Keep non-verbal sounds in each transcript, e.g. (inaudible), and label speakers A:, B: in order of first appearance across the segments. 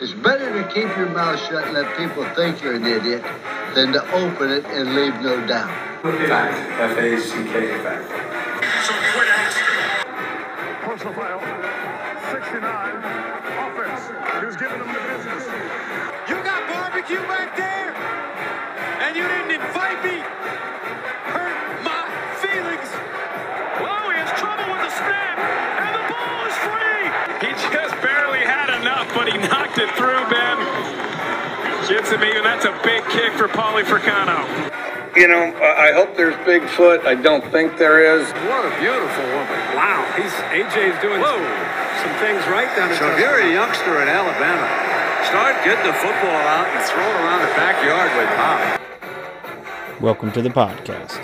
A: It's better to keep your mouth shut and let people think you're an idiot than to open it and leave no doubt.
B: Fact. F A C K. Fact.
C: Some quit action.
D: Personal foul. 69. Offense. He was giving them the business.
E: You got barbecue back there, and you didn't invite me. Hurt my feelings.
C: Oh, he has trouble with the snap, and the ball is free. He just barely had enough, but he knocked it through, Ben. Gets me, and that's a big kick for Pauly Fricano.
B: You know, I I hope there's Bigfoot. I don't think there is.
F: What a beautiful woman. Wow, he's AJ's doing some things right down
G: So if you're a youngster in Alabama, start getting the football out and throw it around the backyard with pop.
H: Welcome to the podcast.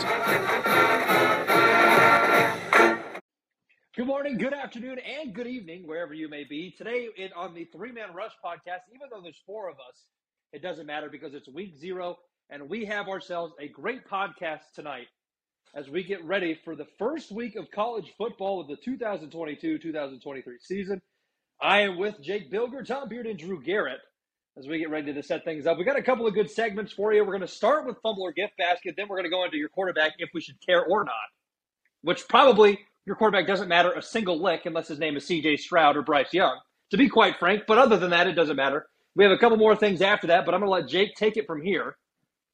I: Good morning, good afternoon, and good evening, wherever you may be. Today in, on the Three Man Rush podcast, even though there's four of us, it doesn't matter because it's week zero, and we have ourselves a great podcast tonight as we get ready for the first week of college football of the 2022 2023 season. I am with Jake Bilger, Tom Beard, and Drew Garrett as we get ready to set things up. We got a couple of good segments for you. We're going to start with Fumble or Gift Basket, then we're going to go into your quarterback if we should care or not which probably your quarterback doesn't matter a single lick unless his name is CJ Stroud or Bryce Young, to be quite frank. But other than that, it doesn't matter. We have a couple more things after that, but I'm going to let Jake take it from here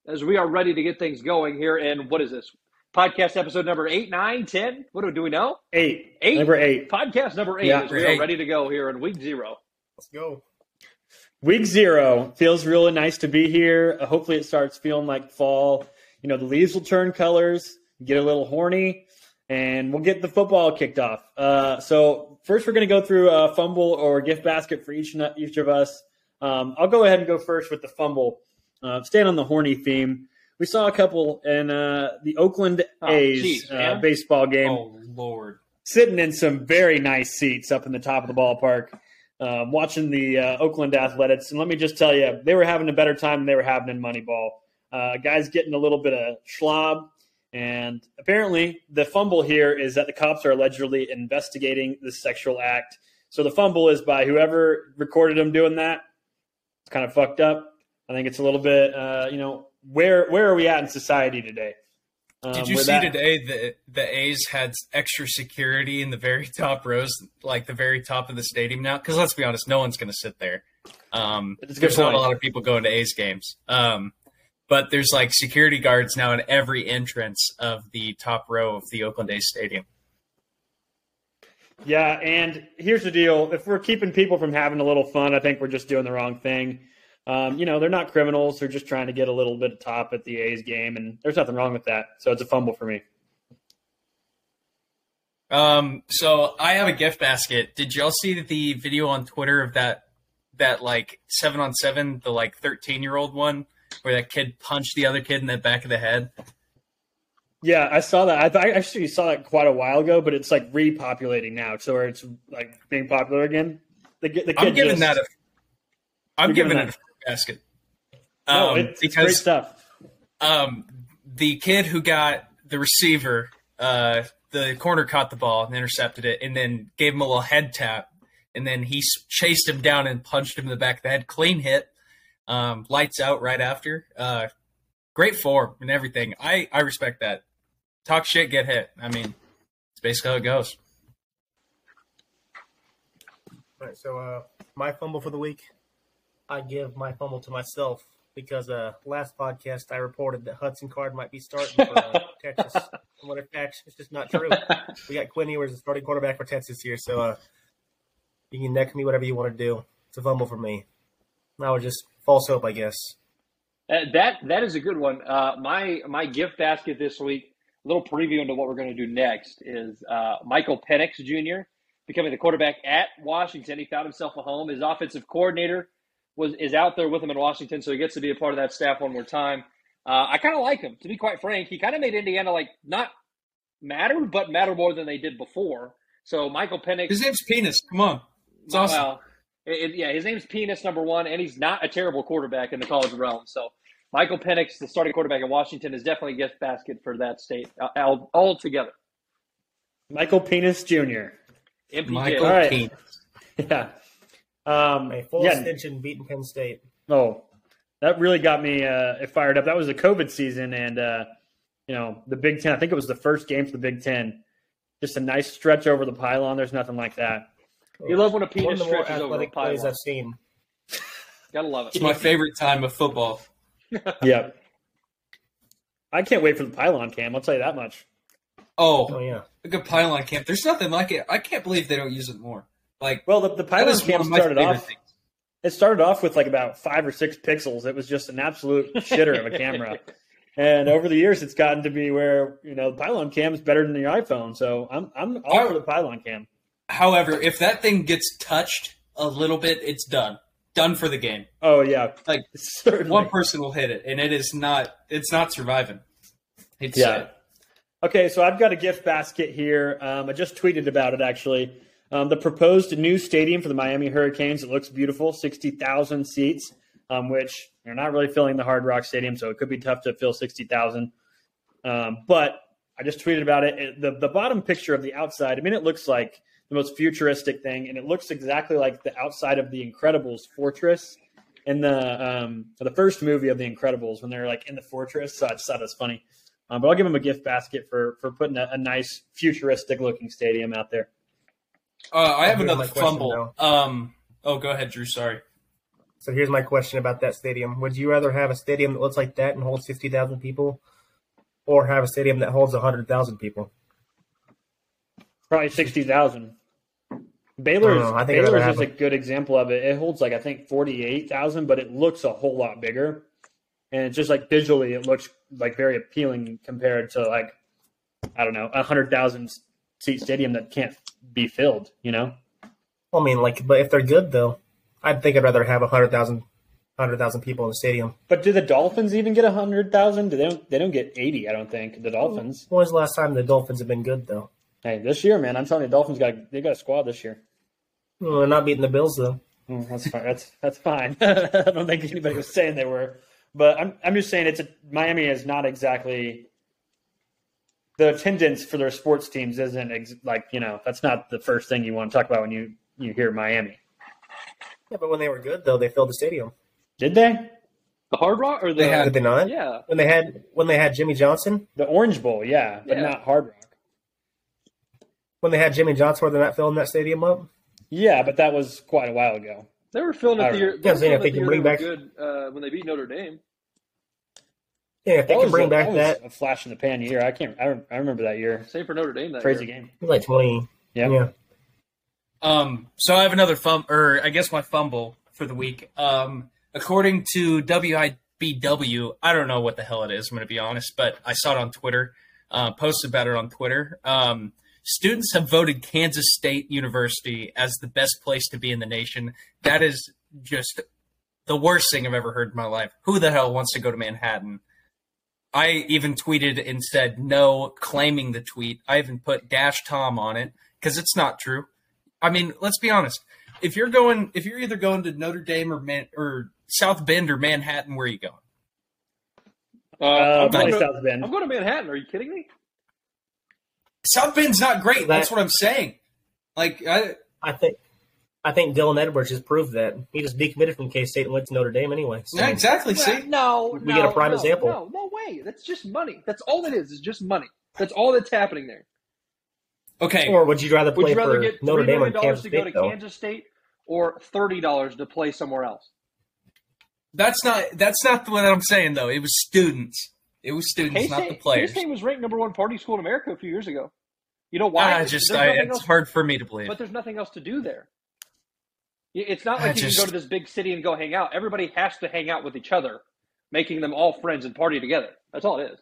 I: as we are ready to get things going here. And what is this? Podcast episode number eight, nine, ten? What do, do we know?
F: Eight.
I: Eight.
F: Number eight.
I: Podcast number eight.
F: Yeah,
I: as we
F: eight.
I: are ready to go here in week zero.
F: Week zero feels really nice to be here. Uh, Hopefully, it starts feeling like fall. You know, the leaves will turn colors, get a little horny, and we'll get the football kicked off. Uh, so first, we're going to go through a fumble or gift basket for each and- each of us. Um, I'll go ahead and go first with the fumble. Uh, staying on the horny theme, we saw a couple in uh, the Oakland
I: Oh,
F: A's
I: geez,
F: uh,
I: man. Oh,
F: baseball game.
I: Lord.
F: sitting in some very nice seats up in the top of the ballpark, um, watching the uh, Oakland Athletics. And let me just tell you, they were having a better time than they were having in Moneyball. Uh, guys getting a little bit of schlob. And apparently, the fumble here is that the cops are allegedly investigating the sexual act. So the fumble is by whoever recorded them doing that. It's kind of fucked up. I think it's a little bit, uh, you know, where where are we at in society today? Um,
J: Did you
F: where
J: see
F: that-
J: today that the A's had extra security in the very (laughs) top rows, like the very top of the stadium now? Because let's be honest, no one's going to sit there. Um,
F: That's a good
J: there's not a
F: point.
J: lot of people going to A's games. Um, but there's like security guards now at every entrance of the top row of the Oakland A's stadium.
F: Yeah, and here's the deal: if we're keeping people from having a little fun, I think we're just doing the wrong thing. Um, you know, they're not criminals; they're just trying to get a little bit of top at the A's game, and there's nothing wrong with that. So it's a fumble for me.
J: Um, so I have a gift basket. Did y'all see the video on Twitter of that that like seven on seven, the like thirteen year old one, where that kid punched the other kid in the back of the head?
F: Yeah, I saw that. I, th- I actually saw that quite a while ago, but it's like repopulating now, so where it's like being popular again. The, ki- the kid
J: I'm giving
F: just-
J: that a. I'm
F: You're giving
J: giving, it
F: that-
J: a fruit basket.
F: No,
J: Um,
F: it's, it's
J: because
F: great stuff.
J: um, the kid who got the receiver, uh, the corner caught the ball and intercepted it, and then gave him a little head tap, and then he s- chased him down and punched him in the back of the head. Clean hit, um, lights out right after. Uh, great form and everything. I I respect that. Talk shit, get hit. I mean, it's basically how it goes.
K: All right, so uh, my fumble for the week, I give my fumble to myself because uh, last podcast I reported that Hudson Card might be starting for (laughs) uh, Texas. And what a fact, it's just not true. We got Quinn Ewers, the starting quarterback for Texas here, so uh, you can neck me whatever you want to do. It's a fumble for me. And I was just false hope, I guess.
I: Uh, that that is a good one. Uh, my my gift basket this week. A little preview into what we're going to do next is uh, Michael Penix Jr. becoming the quarterback at Washington. He found himself a home. His offensive coordinator was is out there with him in Washington, so he gets to be a part of that staff one more time. Uh, I kind of like him, to be quite frank. He kind of made Indiana like not matter, but matter more than they did before. So Michael Penix
J: His name's Penis. Come on, it's awesome.
I: well, it, it- yeah, his name's Penis number one, and he's not a terrible quarterback in the college realm. So Michael Penix, the starting quarterback in Washington, is definitely a gift basket for that state uh, all, altogether.
F: Michael Penis Jr.
I: MPJ.
J: Michael
F: All right.
J: Penis.
F: (laughs) Yeah. Um,
K: a full
F: yeah.
K: extension beating Penn State.
F: Oh, that really got me uh, fired up. That was the COVID season, and uh, you know the Big Ten. I think it was the first game for the Big Ten. Just a nice stretch over the pylon. There's nothing like
J: (laughs)
F: that.
I: You love when a
K: One of
I: penis
K: the more
I: stretches over a
K: athletic
I: pylon.
K: plays I've seen.
I: Gotta love it.
J: It's my favorite time of football.
F: Yep. I can't wait for the pylon cam. I'll tell you that much.
J: Oh,
K: Oh yeah.
J: a good pylon camp. There's nothing like it. I can't believe they don't use it more. Like,
F: Well, the, the
J: that
F: pylon
J: is one
F: cam
J: of my
F: started
J: favorite
F: off.
J: things.
F: It started off with like about five or six pixels. It was just an
J: (laughs)
F: absolute shitter of a camera. And over the years, it's gotten to be where you know the pylon cam is better than your iPhone. So I'm I'm all for the pylon cam.
J: However, if that thing gets touched a little bit, it's done. Done for the game.
F: Oh yeah,
J: Like
F: (laughs) certainly.
J: one person will hit it, and it is not. It's not surviving. It's
F: Yeah.
J: sad.
F: Okay, so I've got a gift basket here. Um, I just tweeted about it actually. Um, the proposed new stadium for the Miami Hurricanes. It looks beautiful, sixty thousand seats, um, which they're not really filling the Hard Rock Stadium, so it could be tough to fill sixty thousand. Um, but I just tweeted about it. it. The the bottom picture of the outside. I mean, it looks like the most futuristic thing, and it looks exactly like the outside of the Incredibles fortress in the um, the first movie of the Incredibles when they're like in the fortress. So I just thought it was funny. Um, but I'll give them a gift basket for for putting a, a nice futuristic looking stadium out there.
J: Uh, I have
K: Here's my
J: another
K: question,
J: fumble. Um. Oh, go ahead, Drew. Sorry.
K: So here's my question about that stadium: Would you rather have a stadium that looks like that and holds sixty thousand people, or have a stadium that holds hundred thousand people?
F: Probably sixty thousand. Baylor's
K: Oh, I think I'd rather
F: Baylor's
K: have
F: is a
K: them.
F: good example of it. It holds like I think forty eight thousand, but it looks a whole lot bigger. And it's just like visually, it looks like very appealing compared to like I don't know a hundred thousand seat stadium that can't be filled. You know?
K: Well, I mean, like, but if they're good though, I'd think I'd rather have 100,000 100,000 people in the stadium.
F: But do the Dolphins even get a hundred thousand? Do they don't they don't get eighty? I don't think the Dolphins.
K: When was the last time the Dolphins have been good though?
F: Hey, this year, man, I'm telling you, Dolphins got they got a squad this year.
K: Well, they're not beating the Bills though.
F: Mm, that's fine. That's that's fine. (laughs) I don't think anybody was saying they were, but I'm I'm just saying it's a, Miami is not exactly the attendance for their sports teams isn't ex, like you know that's not the first thing you want to talk about when you you hear Miami.
K: Yeah, but when they were good though, they filled the stadium.
F: Did they
I: The Hard Rock or the
J: They had-
K: Did they not?
I: yeah.
K: When they had when they had Jimmy Johnson,
F: the Orange Bowl? Yeah, but
I: Yeah.
F: not Hard Rock.
K: when they had Jimmy Johnson, were they not filling that stadium up?
F: Yeah, but that was quite a while ago.
I: They were filling
F: I
I: up the year.
F: don't
K: know. Yeah, I'm
I: filling
K: saying if
I: up
K: they
I: the
K: can
I: year
K: bring
I: were
K: back-
I: good uh, when they beat Notre Dame.
K: Yeah, if they
F: that
K: could
F: was
K: bring
F: a,
K: back
F: was
K: that,
F: a flash in the pan year. I can't. I, I remember that year.
I: Same for Notre Dame that
F: Crazy
I: year.
F: game.
K: like twenty.
F: Yeah.
K: Yeah.
J: Um, so I have another fumble, or I guess my fumble for the week. Um, according to WIBW, I don't know what the hell it is. I'm going to be honest, but I saw it on Twitter. Uh, posted about it on Twitter. Um, students have voted Kansas State University as the best place to be in the nation. That is just the worst thing I've ever heard in my life. Who the hell wants to go to Manhattan? I even tweeted and said no, claiming the tweet. I even put dash Tom on it because it's not true. I mean, let's be honest. If you're going, if you're either going to Notre Dame or Man, or South Bend or Manhattan, where are you going?
I: Uh,
F: Uh,
I: I'm,
F: probably
I: going to,
F: South Bend.
I: I'm going to Manhattan. Are you kidding me?
J: South Bend's not great.
K: That-
J: That's what I'm saying. Like, I,
K: I think I think Dylan Edwards has proved that. He just decommitted from K State and went to Notre Dame anyway. So
J: yeah, exactly.
I: Well,
J: See,
I: no,
K: We
I: no,
K: get a prime
I: no,
K: example.
I: No, no way. That's just money. That's all it is. Is just money. That's all that's happening there.
J: okay.
K: Or would you rather
I: Would
K: play
I: you rather
K: for
I: get
K: Notre
I: three
K: Dame or
I: million dollars
K: Kansas
I: to go to
K: State though?
I: Kansas State or thirty dollars to play somewhere else?
J: That's not that's not what I'm saying though. It was students. It was students,
I: K
J: not the
I: State
J: players.
I: was ranked number one party school in America a few years ago. You know why?
J: I just
I: There's
J: I,
I: nothing
J: it's
I: else-
J: hard for me to believe.
I: But there's nothing else to do there. Y- It's not
J: I
I: like you
J: just-
I: can go to this big city and go hang out. Everybody has to hang out with each other, making them all friends and party together. That's all it is.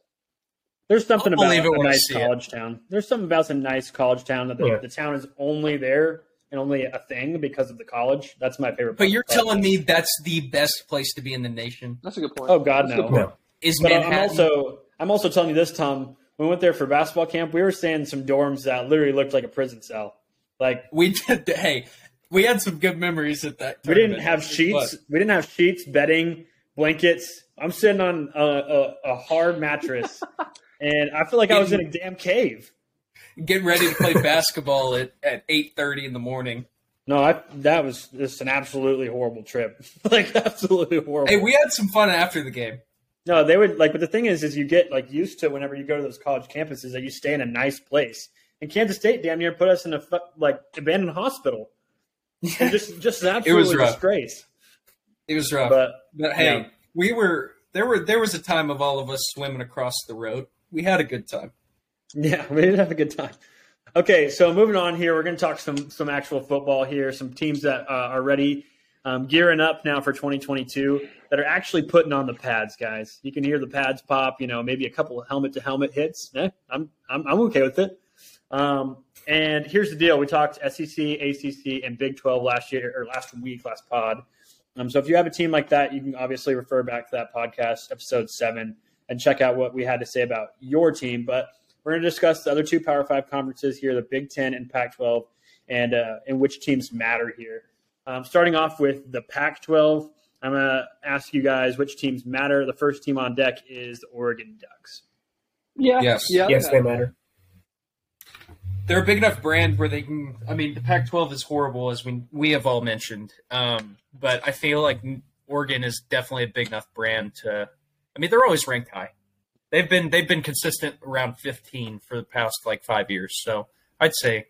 F: There's something
J: I'll
F: about
J: believe it
F: a
J: when I
F: nice
J: see it.
F: college town. There's something about a nice college town that the,
K: Yeah.
F: the town is only there and only a thing because of the college. That's my favorite. part
J: But
F: of
J: you're
F: college.
J: telling me that's the best place to be in the nation
I: That's a good point.
F: Oh God, no.
K: No.
J: is
F: But I'm
J: Manhattan.
F: also I'm also telling you this, Tom. When we went there for basketball camp, we were staying in some dorms that literally looked like a prison cell. Like
J: we (laughs) did. Hey, we had some good memories at that.
F: we didn't
J: tournament.
F: have sheets.
J: But-
F: We didn't have sheets, bedding, blankets. I'm sitting on a, a, a hard
J: (laughs)
F: mattress, and I feel like I was in a damn cave.
J: Get ready to play basketball at at eight thirty in the morning.
F: No, I, that was just an absolutely horrible trip. (laughs) like absolutely horrible.
J: Hey, we had some fun after the game.
F: No, they would like, but the thing is, is you get like used to whenever you go to those college campuses that you stay in a nice place. And Kansas State damn near put us in a fu- like abandoned
J: (laughs)
F: hospital. And just just an
J: It was
F: absolute
J: rough.
F: disgrace.
J: It was rough.
F: But,
J: But hey,
F: yeah.
J: we were there were there was a time of all of us swimming across the road. We had a good time.
F: Yeah, (laughs) we did have a good time. Okay, so moving on here, we're going to talk some some actual football here. Some teams that uh, are ready, um, gearing up now for 2022 that are actually putting on the pads, guys. You can hear the pads pop. You know, maybe a couple of helmet to helmet hits. Eh, I'm, I'm I'm okay with it. Um, and here's the deal: we talked E SEC, ACC, and Big 12 last year or last week, last pod. Um, so if you have a team like that, you can obviously refer back to that podcast, episode seven, and check out what we had to say about your team. But we're going to discuss the other two Power Five conferences here, the Big Ten and Pac 12, and uh, and which teams matter here. Um, starting off with the Pac 12, I'm going to ask you guys which teams matter. The first team on deck is the Oregon Ducks.
I: Yeah.
J: Yes.
I: Yeah.
J: Yes, they
K: matter.
J: They're a big enough brand where they can. I mean, the Pac-12 is horrible, as we we have all mentioned. Um, but I feel like Oregon is definitely a big enough brand to. I mean, they're always ranked high. They've been they've been consistent around 15 for the past like five years. So I'd say,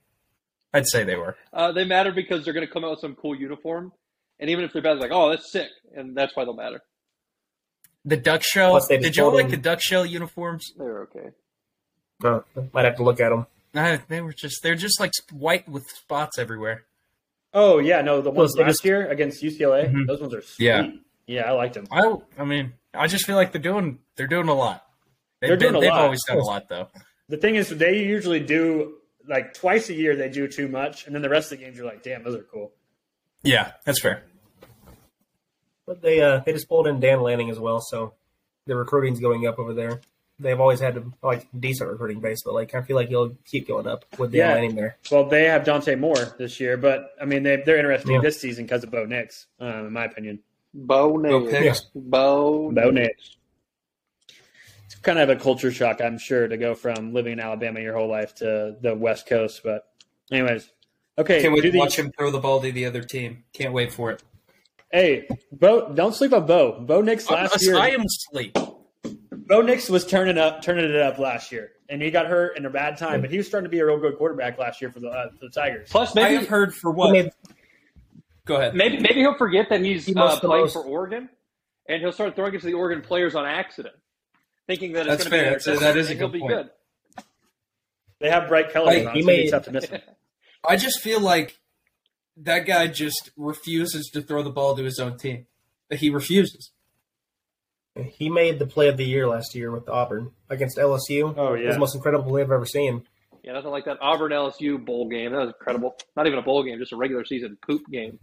J: I'd say they were.
I: Uh, they matter because they're going to come out with some cool uniform, and even if they're bad, it's like, oh, that's sick, and that's why they'll matter.
J: The duck shell.
I: Plus they
J: Did y'all
I: pulled
J: like
I: in-
J: the duck shell uniforms?
I: They were okay.
K: Oh, might have to look at them.
J: No, they were just they're just like white with spots everywhere.
F: Oh, yeah, no, the ones
J: Those are
F: last
J: just- Mm-hmm.
F: year against UCLA, those ones are sweet.
J: Yeah.
F: Yeah, I liked them.
J: I I mean, I just feel like they're doing they're doing a lot. They've
F: They're doing
J: been-
F: a
J: they've
F: lot.
J: always done a lot though.
F: The thing is, they usually do like twice a year, they do too much. And then the rest of the games, you're like, damn, those are cool.
J: Yeah, that's fair.
K: But they uh, they just pulled in Dan Lanning as well, so the recruiting's going up over there. They've always had like decent recruiting base, but like I feel like he'll keep going up with Dan Lanning there.
F: Well, they have Dante Moore this year, but I mean, they, they're interesting
K: Yeah.
F: this season because of Bo Nix, um, in my opinion.
I: Bo Nix. Bo
F: Bo Nix. It's kind of a culture shock, I'm sure, to go from living in Alabama your whole life to the West Coast. But, anyways, okay.
J: Can't wait
F: do
J: to
F: the-
J: watch him throw the ball to the other team. Can't wait for it.
F: Hey, Bo, don't sleep on Bo. Bo Nix last year.
J: I am asleep.
F: Bo Nix was turning up, turning it up last year, and he got hurt in a bad time. But he was starting to be a real good quarterback last year for the uh, the Tigers.
I: Plus, maybe- I have
J: heard for what? Go ahead.
I: Maybe maybe he'll forget that he's
F: He
I: uh,
F: must the
I: playing
F: most.
I: for Oregon, and he'll start throwing it to the Oregon players on accident, thinking that
J: That's
I: it's going to
J: fair.
I: be
J: That's a-
I: interception,
J: that is a
I: and he'll
J: good
I: be
J: point.
I: good.
F: They have Bright Kelly.
J: Like,
F: on,
J: he
F: so it'd be
J: made-
F: tough to
J: (laughs)
F: miss him.
J: I just feel like that guy just refuses to throw the ball to his own team. He refuses.
K: He made the play of the year last year with Auburn against LSU.
F: Oh
K: it was
I: yeah.
K: the most incredible play I've ever seen.
I: Yeah, nothing like that Auburn LSU bowl game. That was incredible. Not even a bowl game, just a regular season poop game.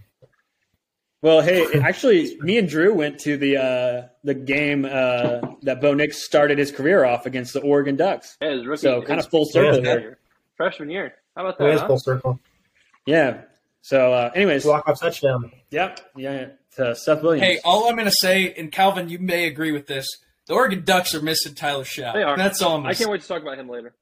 F: Well, hey, actually, me and Drew went to the uh, the game uh, that Bo Nix started his career off against the Oregon Ducks.
I: Yeah, his rookie.
F: So kind
I: his
F: of full circle
I: freshman
F: there.
I: year. Freshman year. How about
K: It
I: that?
K: is
I: huh?
K: full circle.
F: Yeah. So, uh, anyways,
K: walk off touchdown.
F: Yep. Yeah. To Seth Williams.
J: Hey, all I'm going to say, and Calvin, you may agree with this. The Oregon Ducks are missing Tyler Shaw.
I: They are.
J: That's all. I'm
I: I can't wait to talk about him later.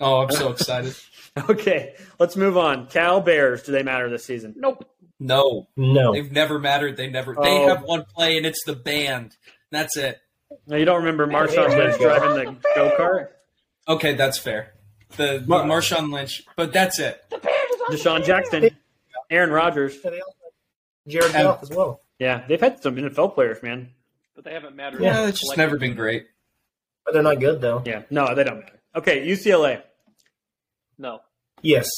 J: Oh, I'm so excited.
F: (laughs) okay, let's move on. Cal Bears. Do they matter this season?
I: Nope.
J: No,
K: No.
J: they've never mattered. They never. They
F: Oh.
J: have one play, and it's the band. That's it.
F: No, you don't remember Marshawn Lynch driving the go kart.
J: Okay, that's fair. The, the Marshawn Lynch, but that's it.
F: Deshaun Jackson, Aaron Rodgers.
K: Jared
J: And-
K: Goff as well.
F: Yeah, they've had some NFL players, man.
I: But they haven't mattered.
J: Yeah, it's just never been great.
K: But they're not good though.
F: Yeah, no, they don't matter. Okay, UCLA.
I: No.
K: Yes.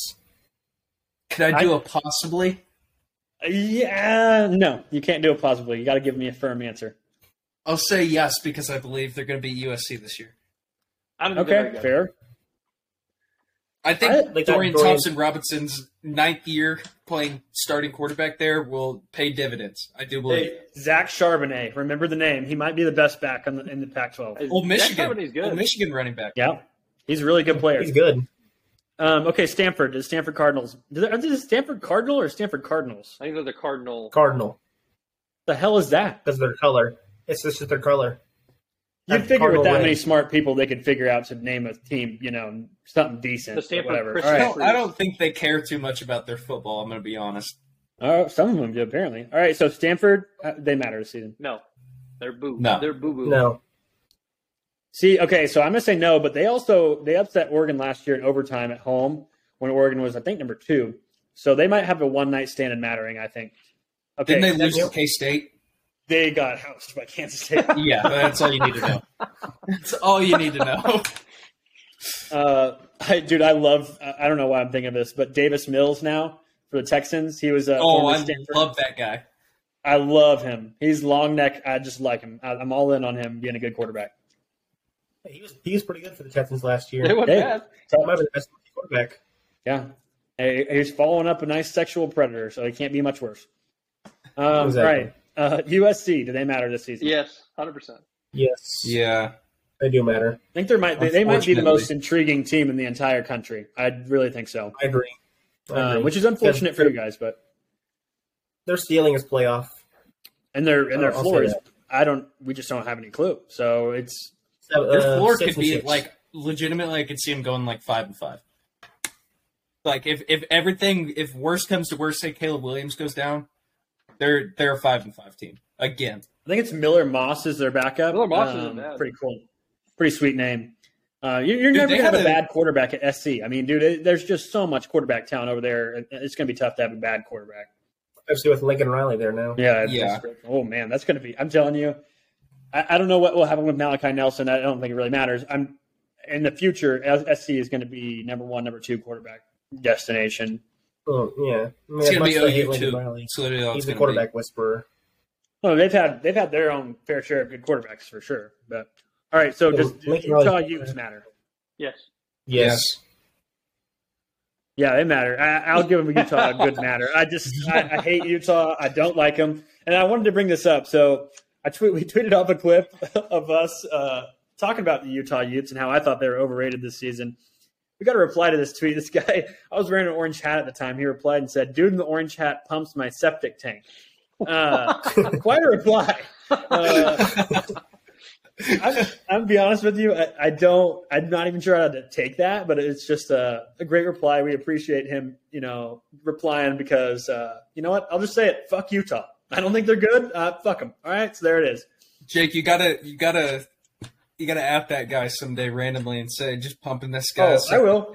J: Could I do a possibly?
F: Yeah, no, you can't do it possibly. You got to give me a firm answer.
J: I'll say yes because I believe they're going to be USC this year.
I: I don't
J: think they're
F: Okay,
J: very good.
F: fair.
J: I think
F: I- Like that
J: Dorian
F: Dorian-
J: Thompson Robinson's ninth year playing starting quarterback there will pay dividends. I do believe.
F: Hey, Zach Charbonnet, remember the name. He might be the best back on the, in the Pac-12.
J: Old Michigan, old Michigan running back.
F: Yeah, he's a really good player.
K: He's good.
F: Um, okay, Stanford. The Stanford Cardinals. Do they- Are they the Stanford Cardinal or Stanford Cardinals?
I: I think they're the Cardinal.
K: Cardinal.
F: The hell is that?
K: Because of their color. It's just their color.
F: You'd
K: Have
F: figure
K: Cardinal
F: with that
K: win.
F: many smart people, they could figure out to name a team, you know, something decent, or whatever. All right.
J: I don't think they care too much about their football. I'm going to be honest.
F: Oh, some of them do apparently. All right, so Stanford, uh, they matter this season.
I: No, they're boo.
F: No.
I: they're boo boo. (laughs)
F: No. See, okay, so I'm gonna say no, but they also they upset Oregon last year in overtime at home when Oregon was, I think, number two. So they might have a one night stand in mattering. I think.
J: Didn't they lose to
F: that's-
J: K State?
F: They got housed by Kansas
J: (laughs)
F: State.
J: Yeah, that's all you need to
K: (laughs)
J: know. That's all you need to know.
F: Uh, I, dude, I love. I I don't know why I'm thinking of this, but Davis Mills now for the Texans. He was a
J: (laughs) oh,
F: former
J: I
F: Stanford-
J: love that guy.
F: I love him. He's long neck. I just like him. I, I'm all in on him being a good quarterback.
K: He was he was pretty good for the Texans last year.
F: They weren't They- bad.
K: So he might be the best quarterback.
F: Yeah. He- He's following up a nice sexual predator, so he can't be much worse. Um,
K: Exactly.
F: Right. Uh, USC, do they matter this season?
I: Yes, hundred percent.
K: Yes.
J: Yeah.
K: They do matter.
F: I think there might they, they might be the
K: Unfortunately.
F: most intriguing team in the entire country. I really think so.
K: I agree. I
F: Uh,
K: agree.
F: which is unfortunate for you guys, but
K: They're stealing his playoff.
F: and their and their
K: I'll- I'll
F: floor
K: say
F: is
K: that.
F: I don't we just don't have any clue. So it's
J: Their
K: Uh,
J: floor could be like legitimately. I could see him going like five and five. Like if if everything if worst comes to worst, say Caleb Williams goes down, they're they're a five and five team again.
F: I think it's Miller Moss is their backup. Miller
J: Moss isn't bad.
F: Pretty cool. Pretty sweet name. Uh, you- you're
J: Dude,
F: never
J: they
F: going to have
J: had
F: a
J: a-
F: bad quarterback at SC. I mean, dude, it, there's just so much quarterback talent over there. It- It's going to be tough to have a bad quarterback.
K: especially with Lincoln Riley there now.
F: Yeah. it's just- oh man, that's going to be. I'm telling you, I, I don't know what will happen with Malachi Nelson. I don't think it really matters. I'm in the future. S- SC is going to be number one, number two quarterback destination.
K: Oh, yeah. I mean,
F: It's
K: as
F: gonna
K: much
F: be
K: as I hate
F: OU
K: Lincoln
F: too.
K: Riley,
F: So literally all it's
K: he's the
F: gonna
K: quarterback
F: be.
K: whisperer.
F: Oh, they've had they've had their own fair share of good quarterbacks for sure. But all right, so
K: Yeah,
F: does
K: Lincoln
F: Utah
K: Riley's-
F: Utes matter?
I: Yes.
K: Yes.
F: Yeah, they matter. I, I'll give them Utah a good matter. I just I, I hate Utah. I don't like them, and I wanted to bring this up. So I tweet we tweeted off a clip (laughs) of us uh, talking about the Utah Utes and how I thought they were overrated this season. We got a reply to this tweet. This guy, (laughs) I was wearing an orange hat at the time. He replied and said, "Dude in the orange hat pumps my septic tank." Uh, quite a reply. Uh, I'm, I'm gonna be honest with you. I, I don't. I'm not even sure how to take that, but it's just a, a great reply. We appreciate him, you know, replying because uh, you know what? I'll just say it. Fuck Utah. I don't think they're good. Uh, fuck them. All right. So there it is.
J: Jake, you gotta you gotta you gotta app that guy someday randomly and say just pumping this guy.
F: Oh, I will.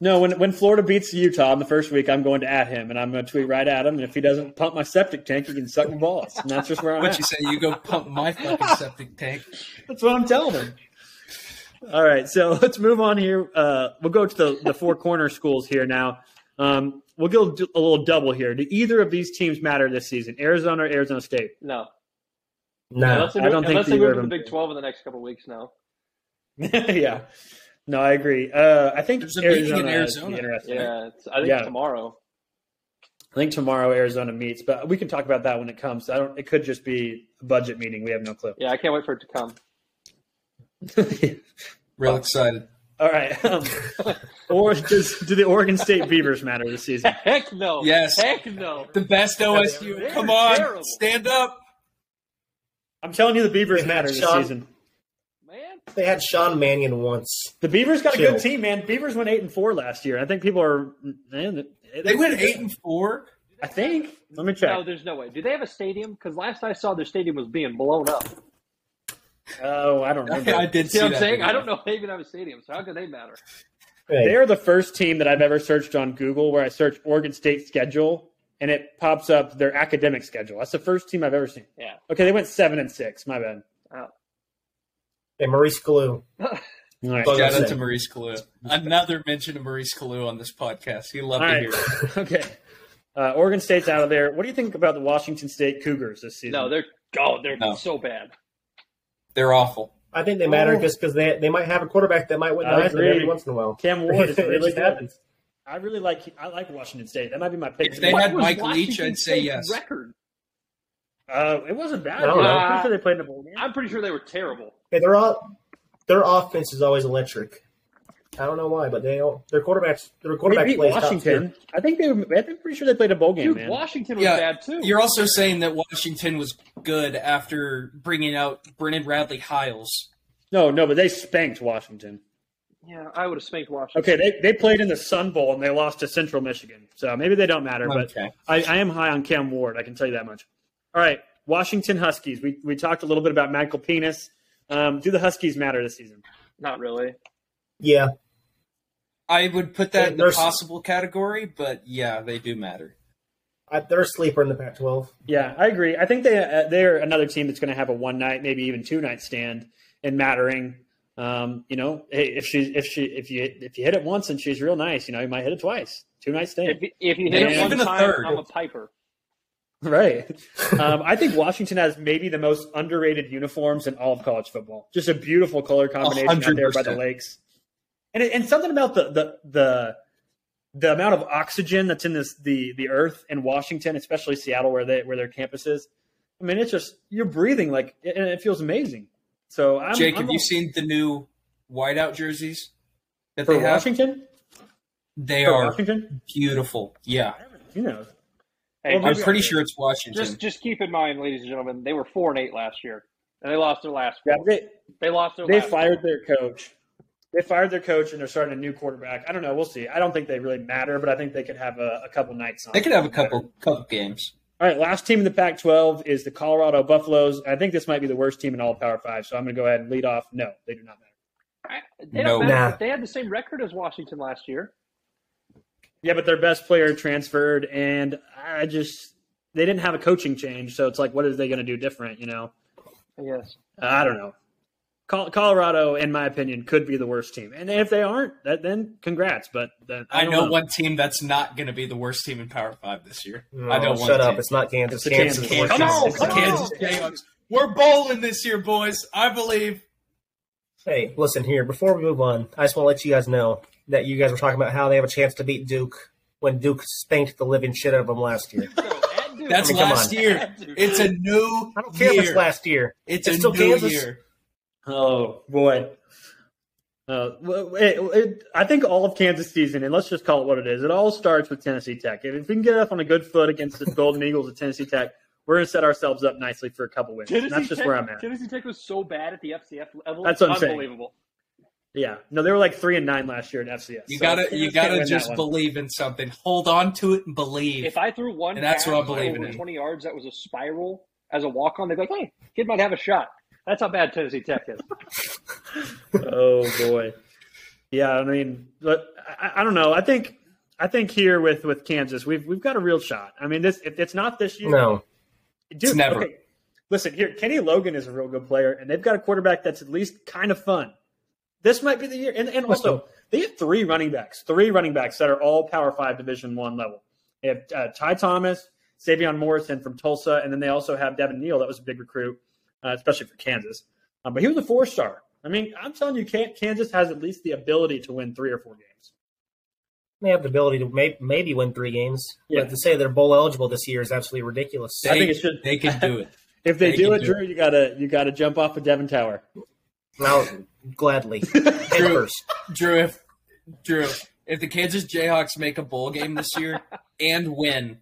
F: No, when when Florida beats Utah in the first week, I'm going to at him and I'm going to tweet right at him. And if he doesn't pump my septic tank, he can suck my balls. And that's just where I'm
J: What
F: at.
J: you say? You go pump my fucking septic tank.
F: That's what I'm telling them. All right, so let's move on here. Uh, we'll go to the, the four corner schools here now. Um, we'll go do a little double here. Do either of these teams matter this season? Arizona or Arizona State? (laughs)
I: No.
F: No,
I: unless they
F: I
I: move,
F: don't think
I: unless they
F: either
I: move
F: of
I: to the
F: them.
I: Big Twelve in the next couple weeks. Now,
F: yeah, no, I agree. Uh, I think
I: a meeting in
F: Arizona, Is
I: Arizona.
F: the interesting.
I: Yeah, it's- I think tomorrow.
F: I think tomorrow Arizona meets, but we can talk about that when it comes. I don't. It could just be a budget meeting. We have no
I: (laughs)
F: clue.
I: yeah, I can't wait for it to come.
J: Real excited.
F: All right. Um, or does do the Oregon State Beavers matter this season?
I: Heck no.
J: Yes.
I: Heck no.
J: The best OSU.
I: They're
J: Come on,
I: terrible.
J: stand up.
F: I'm telling you, the Beavers
K: They had
F: matter this
K: Sean-
F: season.
K: They had Sean Mannion once.
F: The Beavers got a
K: Chill.
F: good team, man. Beavers went eight and four last year. I think people are man,
I: They went eight
J: and four.
F: I think. Let me check.
I: No, there's no way. Do they have a stadium? Because last I saw, their stadium was being blown up.
F: Oh, I don't remember.
I: (laughs) I did see what I'm saying? I don't know if they even have a stadium, so how could they matter?
F: They are the first team that I've ever searched on Google where I search Oregon State schedule and it pops up their academic schedule. That's the first team I've ever seen.
I: Yeah.
F: Okay, they went seven and six. My bad.
I: Wow.
K: Hey, Maurice Kalou.
F: All right.
J: Shout out to Maurice Kalu. Another mention of Maurice Kalu on this podcast. He loved
F: All
J: to
F: right.
J: hear. it.
F: (laughs) okay. Uh, Oregon State's out of there. What do you think about the Washington State Cougars this season?
I: No, they're oh, they're
F: No.
I: so bad.
J: They're awful.
K: I think they matter
F: Oh.
K: just because they they might have a quarterback that might win the
F: I
K: Heisman
F: agree.
K: every once in a while. (laughs)
F: Cam Ward is
K: It
F: really
K: just
F: good.
K: happens.
F: I really like I like Washington State. That might be my pick.
J: If they
F: What
J: had
F: was
J: Mike
F: Washington
J: Leach, I'd say
F: State's
J: yes.
I: Record.
F: Uh, it wasn't bad.
K: I don't know.
F: I'm pretty sure they played in a bowl game.
I: I'm pretty sure they were terrible.
K: Hey, they're all, their offense is always electric. I don't know why, but they all, their quarterbacks their
F: They
K: quarterback
F: beat
K: plays top
F: Washington.
K: tier.
F: I think they. were- I'm pretty sure they played a bowl game,
K: Dude,
F: man.
I: Washington
J: Yeah, You're also saying that Washington was good after bringing out Brennan Radley Hiles
F: No, no, but they spanked Washington.
I: Yeah, I would have spanked Washington.
F: Okay, they, they played in the Sun Bowl and they lost to Central Michigan. So maybe they don't matter, but
J: Okay.
F: I, I am high on Cam Ward. I can tell you that much. All right, Washington Huskies. We, we talked a little bit about Michael Penis. Um, do the Huskies matter this season?
I: Not really.
K: Yeah.
J: I would put that in the
K: There's-
J: possible category, but yeah, they do matter.
K: I, they're a sleeper in the Pac-12.
F: Yeah, I agree. I think they uh, they're another team that's going to have a one night, maybe even two night stand in mattering. Um, you know, hey, if she if she if you if you hit it once and she's real nice, you know, you might hit it twice, two night stand.
I: If, if you hit
F: And-
I: it one
J: Even a
I: time,
J: third.
I: I'm a piper.
F: Right. (laughs) Um, I think Washington has maybe the most underrated uniforms in all of college football. Just a beautiful color combination out there by the
J: 100%.
F: lakes. And it, and something about the, the the the amount of oxygen that's in this the the earth in Washington, especially Seattle where they where their campus is. I mean, it's just you're breathing like and it feels amazing. So I'm
J: Jake,
F: I'm
J: have
F: all-
J: you seen the new whiteout jerseys that
F: for
J: they have?
F: Washington?
J: They
F: For
J: are
F: Washington?
J: beautiful. Yeah,
F: You know.
I: Hey,
J: I'm
I: just-
J: pretty sure it's Washington.
I: Just just keep in mind, ladies and gentlemen, they were four and eight last year, and they lost their last.
F: Yeah,
I: Four.
F: they,
I: They lost their.
F: they
I: last
F: fired their coach. They fired their coach and they're starting a new quarterback. I don't know. We'll see. I don't think they really matter, but I think they could have a, a couple nights on.
J: they
F: it.
J: could have a couple couple games.
F: All right, last team in the Pac-12 is the Colorado Buffaloes. I think this might be the worst team in all of Power Five, so I'm going to go ahead and lead off. No, they do not matter.
I: I- They,
J: No.
I: don't matter.
K: Nah.
I: they had the same record as Washington last year.
F: Yeah, but their best player transferred, and I just they didn't have a coaching change, so it's like, what are they going to do different? You know,
I: Yes.
F: I don't know. Col- Colorado, in my opinion, could be the worst team, and if they aren't, that, then congrats. But that,
J: I,
F: don't
J: know, one team that's not going to be the worst team in Power Five this year. I know
K: Oh,
J: one.
K: shut up.
J: team.
K: It's not Kansas.
F: It's the
K: Kansas.
F: Kansas.
K: is worse
J: Kansas,
K: than
I: on,
J: It's
K: Kansas.
I: come
J: Kansas Jayhawks. We're bowling this year, boys. I believe.
K: Hey, listen here. Before we move on, I just want to let you guys know that you guys were talking about how they have a chance to beat Duke when Duke spanked the living shit out of them last year.
I: So, that dude-
J: That's
K: I mean, come
J: last
K: on.
J: year. It's a new
K: I don't care
J: year.
K: if it's last year.
J: It's,
K: It's
J: a
K: still
J: new
K: Kansas.
J: year.
F: Oh boy. Uh, well, it, it, I think all of Kansas season, and let's just call it what it is, it all starts with Tennessee Tech. If, if we can get up on a good foot against the Golden Eagles at Tennessee Tech, we're going to set ourselves up nicely for a couple wins. And
I: Tennessee
F: that's just
I: Tech,
F: where I'm at.
I: Tennessee Tech was so bad at the FCF level.
F: That's what I'm saying.
I: unbelievable.
F: Yeah, no, they were like three and nine last year at FCS.
J: You
F: so
J: gotta,
F: Kansas
J: you
F: can't
J: gotta
F: win that
J: just
F: one.
J: believe in something. Hold on to it and believe.
I: If I threw one
J: And that's
I: pass
J: what I'm believing
I: over
J: in.
I: 20 yards that was a spiral as a walk on, they'd be like, hey, kid might have a shot. That's how bad Tennessee Tech (laughs) is.
F: oh boy yeah i mean but I, I don't know i think i think here with with kansas we've we've got a real shot i mean this if it's not this year
K: No.
F: dude,
J: It's never.
F: okay. listen here kenny logan is a real good player and they've got a quarterback that's at least kind of fun this might be the year and, and also they have three running backs three running backs that are all power five division one level they have uh, ty thomas Savion Morrison from Tulsa, and then they also have Devin Neal. That was a big recruit, uh, especially for Kansas. Um, but he was a four star. I mean, I'm telling you, Kan- Kansas has at least the ability to win three or four games.
K: They have the ability to may- maybe win three games.
F: Yeah.
K: But to say they're bowl eligible this year is absolutely ridiculous.
J: they,
F: I think it should-
J: they can do it.
F: If they,
J: They
F: do
J: can
F: it,
J: do
F: Drew, you gotta you gotta jump off a Devon Tower.
K: Now, gladly. Head first.
J: (laughs) Drew, if Drew, if the Kansas Jayhawks make a bowl game this (laughs) year and win,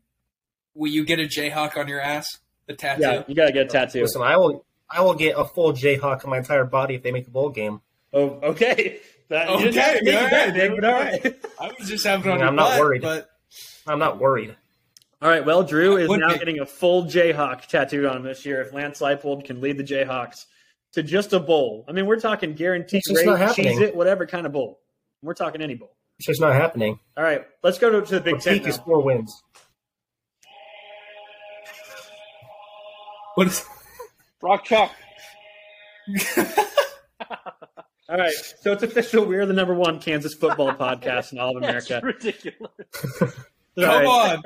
J: will you get a Jayhawk on your ass? The tattoo.
F: Yeah, you gotta get a tattoo.
K: Listen, I will. I will get a full Jayhawk on my entire body if they make a bowl game.
F: Oh, okay. That, you didn't
J: Okay,
F: have to make it
J: all
F: that
J: right,
F: big, but all
J: all
F: right.
J: I was just having it on. your
K: I'm not
J: butt,
K: worried. (laughs)
J: but
K: I'm not worried.
F: All right. Well, Drew
J: I
F: is
J: would
F: now
J: be.
F: getting a full Jayhawk tattooed on him this year. If Lance Leipold can lead the Jayhawks to just a bowl, I mean, we're talking guaranteed
K: It's just
F: rate,
K: not happening.
F: cheese it, whatever kind of bowl. We're talking any bowl.
K: It's just not happening.
F: All right. Let's go to, to the Big
K: Our
F: Ten.
K: peak
F: Now.
K: is four wins.
J: what is,
I: Rock Chalk.
F: All right. So it's official. We're the number one Kansas football podcast in all
J: (laughs)
F: of
I: That's
F: America.
I: ridiculous.
F: All
J: come
F: right.
J: on,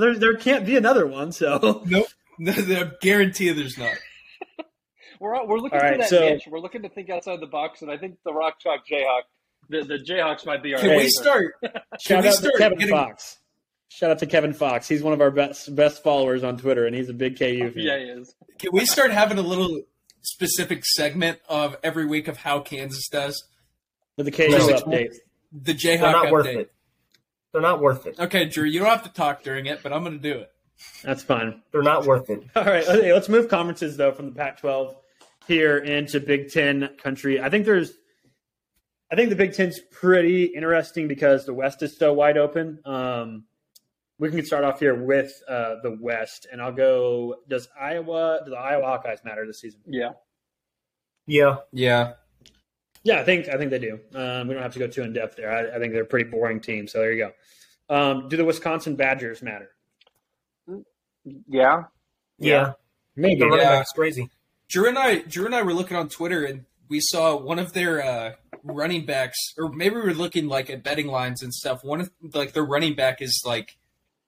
F: There, there can't be another one.
J: (laughs)
F: So
J: nope. I guarantee there's not.
I: We're, all- we're looking
F: All
I: for
F: right,
I: that
F: so-
I: niche. We're looking to think outside the box, and I think the Rock Chalk Jayhawk, the, the Jayhawks might be our
J: Can we
I: answer.
J: start? Can
F: shout
J: we
F: out to
J: start
F: Kevin
J: getting?
F: Fox. Shout out to Kevin Fox. He's one of our best best followers on Twitter, and he's a big KU fan.
I: Yeah, he is.
J: Can we start having a little specific segment of every week of how Kansas does
F: With the KU
J: Just-
F: update.
J: the Jayhawk
K: They're not
J: update?
K: worth it. They're not worth it.
J: Okay, Drew, you don't have to talk during it, but I'm going to do it.
F: That's fine.
K: They're not worth it.
F: All right, okay, let's move conferences though from the Pac-12 here into Big Ten country. I think there's, I think the Big Ten's pretty interesting because the West is so wide open. Um, we can start off here with uh, the West, and I'll go. Does Iowa? Do the Iowa Hawkeyes matter this season?
I: Yeah.
K: Yeah.
J: Yeah.
F: Yeah, I think I think they do. Um, we don't have to go too in depth there. I, I think they're a pretty boring team. So there you go. Um, do the Wisconsin Badgers matter?
I: Yeah.
K: Yeah.
F: Maybe.
K: The running
J: Yeah.
K: back's crazy.
J: Drew and I, Drew and I were looking on Twitter, and we saw one of their uh, running backs, or maybe we were looking like at betting lines and stuff. One of like their running back is like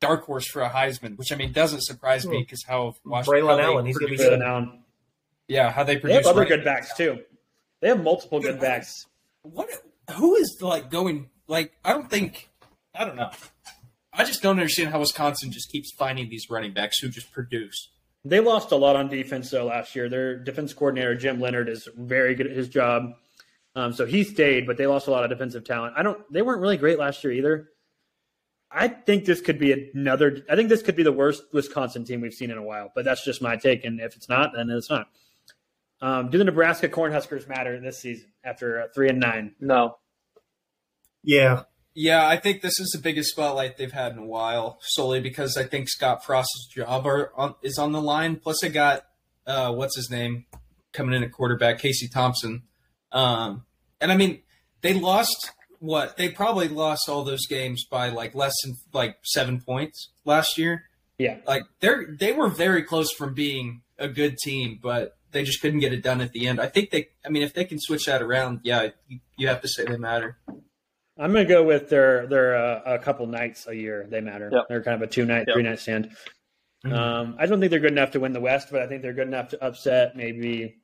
J: dark horse for a Heisman, which I mean doesn't surprise me because how Washington, how
K: Braylon
J: they
K: Allen, he's gonna be
J: produce-
K: good.
F: Braylon Allen.
J: yeah, how they
F: They
J: produce
F: have other
J: running
F: good backs too. They have multiple good backs.
J: what who is like going like I don't think I don't know. I just don't understand how Wisconsin just keeps finding these running backs who just produce.
F: They lost a lot on defense though last year. Their defense coordinator Jim Leonard is very good at his job, um, so he stayed. But they lost a lot of defensive talent. I don't. They weren't really great last year either. I think this could be another. I think this could be the worst Wisconsin team we've seen in a while. But that's just my take. And if it's not, then it's not. Um, do the Nebraska Cornhuskers matter this season after uh, three and nine?
I: No.
K: Yeah.
J: Yeah, I think this is the biggest spotlight they've had in a while, solely because I think Scott Frost's job are, on, is on the line. Plus, they got uh, what's his name coming in at quarterback, Casey Thompson. Um, and I mean, they lost what they probably lost all those games by like less than like seven points last year.
F: Yeah.
J: like they're they were very close from being a good team, but they just couldn't get it done at the end. I think they, I mean, if they can switch that around, yeah, you, you have to say they matter.
F: I'm gonna go with their their uh, a couple nights a year. They matter.
I: Yep.
F: They're kind of a two night,
I: Yep.
F: three night stand. Um, I don't think they're good enough to win the West, but I think they're good enough to upset maybe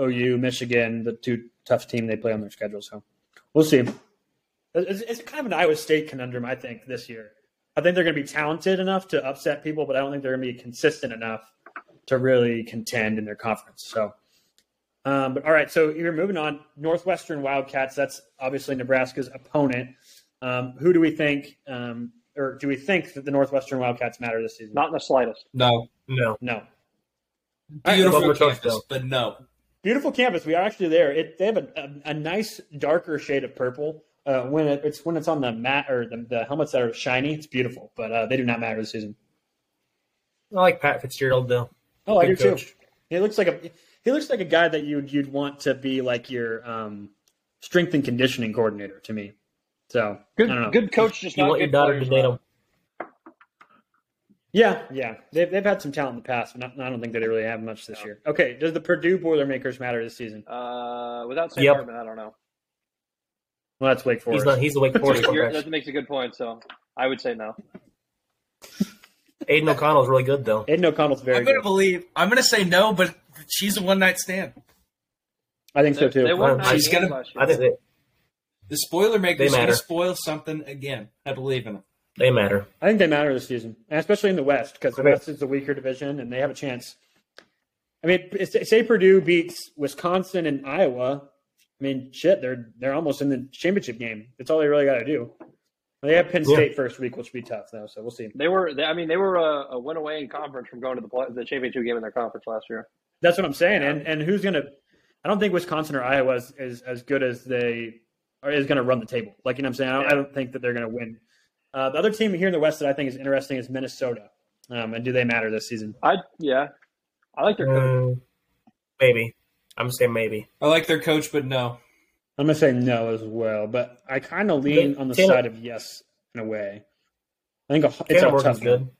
F: OU, Michigan, the two tough team they play on their schedule. So we'll see. It's, it's kind of an Iowa State conundrum, I think, this year. I think they're going to be talented enough to upset people, but I don't think they're going to be consistent enough to really contend in their conference. So, um, but all right, so you're moving on. Northwestern Wildcats, that's obviously Nebraska's opponent. Um, who do we think, um, or do we think that the Northwestern Wildcats matter this season?
I: Not in the slightest.
J: No,
K: No.
F: no.
K: All
J: beautiful
K: right,
J: campus,
K: touchdown.
J: but no.
F: Beautiful campus. We are actually there. It, they have a, a, a nice darker shade of purple uh, when it, it's when it's on the mat or the, the helmets that are shiny. It's beautiful, but uh, they do not matter this season.
K: I like Pat Fitzgerald though.
F: Oh, I do
K: Good
F: too.
K: coach.
F: He looks like a he looks like a guy that you'd you'd want to be like your um, strength and conditioning coordinator to me. So I don't know.
I: Good good coach just
K: You
I: not
K: want your
I: good
K: daughter to
I: players.
K: date him.
F: Yeah, yeah. They've they've had some talent in the past, but not, I don't think that they really have much this year. Okay, does the Purdue Boilermakers matter this season?
I: Uh, without Sam
K: Yep.
I: Hartman, I don't know.
F: Well, that's Wake
K: He's
F: Forest.
K: not. He's the Wake Forest
I: You're, (laughs)
K: quarterback.
I: that makes a good point, so I would say no.
K: Aiden O'Connell's really good though.
F: Aiden O'Connell's very
J: I'm gonna
F: good.
J: believe. I'm gonna say no, but she's a one night stand.
F: I think so
I: They,
F: too.
I: they won nine
J: She's
I: games
J: gonna-
I: last year.
K: I think they,
J: The spoiler maker's
K: They matter.
J: gonna spoil something again. I believe in it.
K: they matter.
F: I think they matter this season, and especially in the West because the
K: Okay.
F: West is the weaker division, and they have a chance. I mean, p- say Purdue beats Wisconsin and Iowa. I mean, shit, they're they're almost in the championship game. That's all they really got to do. They have Penn
K: Yeah.
F: State first week, which will be tough though, so we'll see.
I: They were, they, I mean, they were a, a win away in conference from going to the play, the championship game in their conference last year.
F: That's what I'm saying. And and who's gonna? I don't think Wisconsin or Iowa is, is as good as they are is gonna run the table. Like you know, what I'm saying I don't, I don't think that they're gonna win. Uh, the other team here in the West that I think is interesting is Minnesota. Um, and do they matter this season?
I: I yeah, I like their coach.
K: Mm, maybe. I'm saying maybe.
J: I like their coach, but no.
F: I'm gonna say no as well, but I kind of lean
K: But
F: on the
K: Tanner-
F: side of yes in a way. I think a, it's
K: Tanner
F: a
K: Morgan's
F: tough
K: good.
F: one.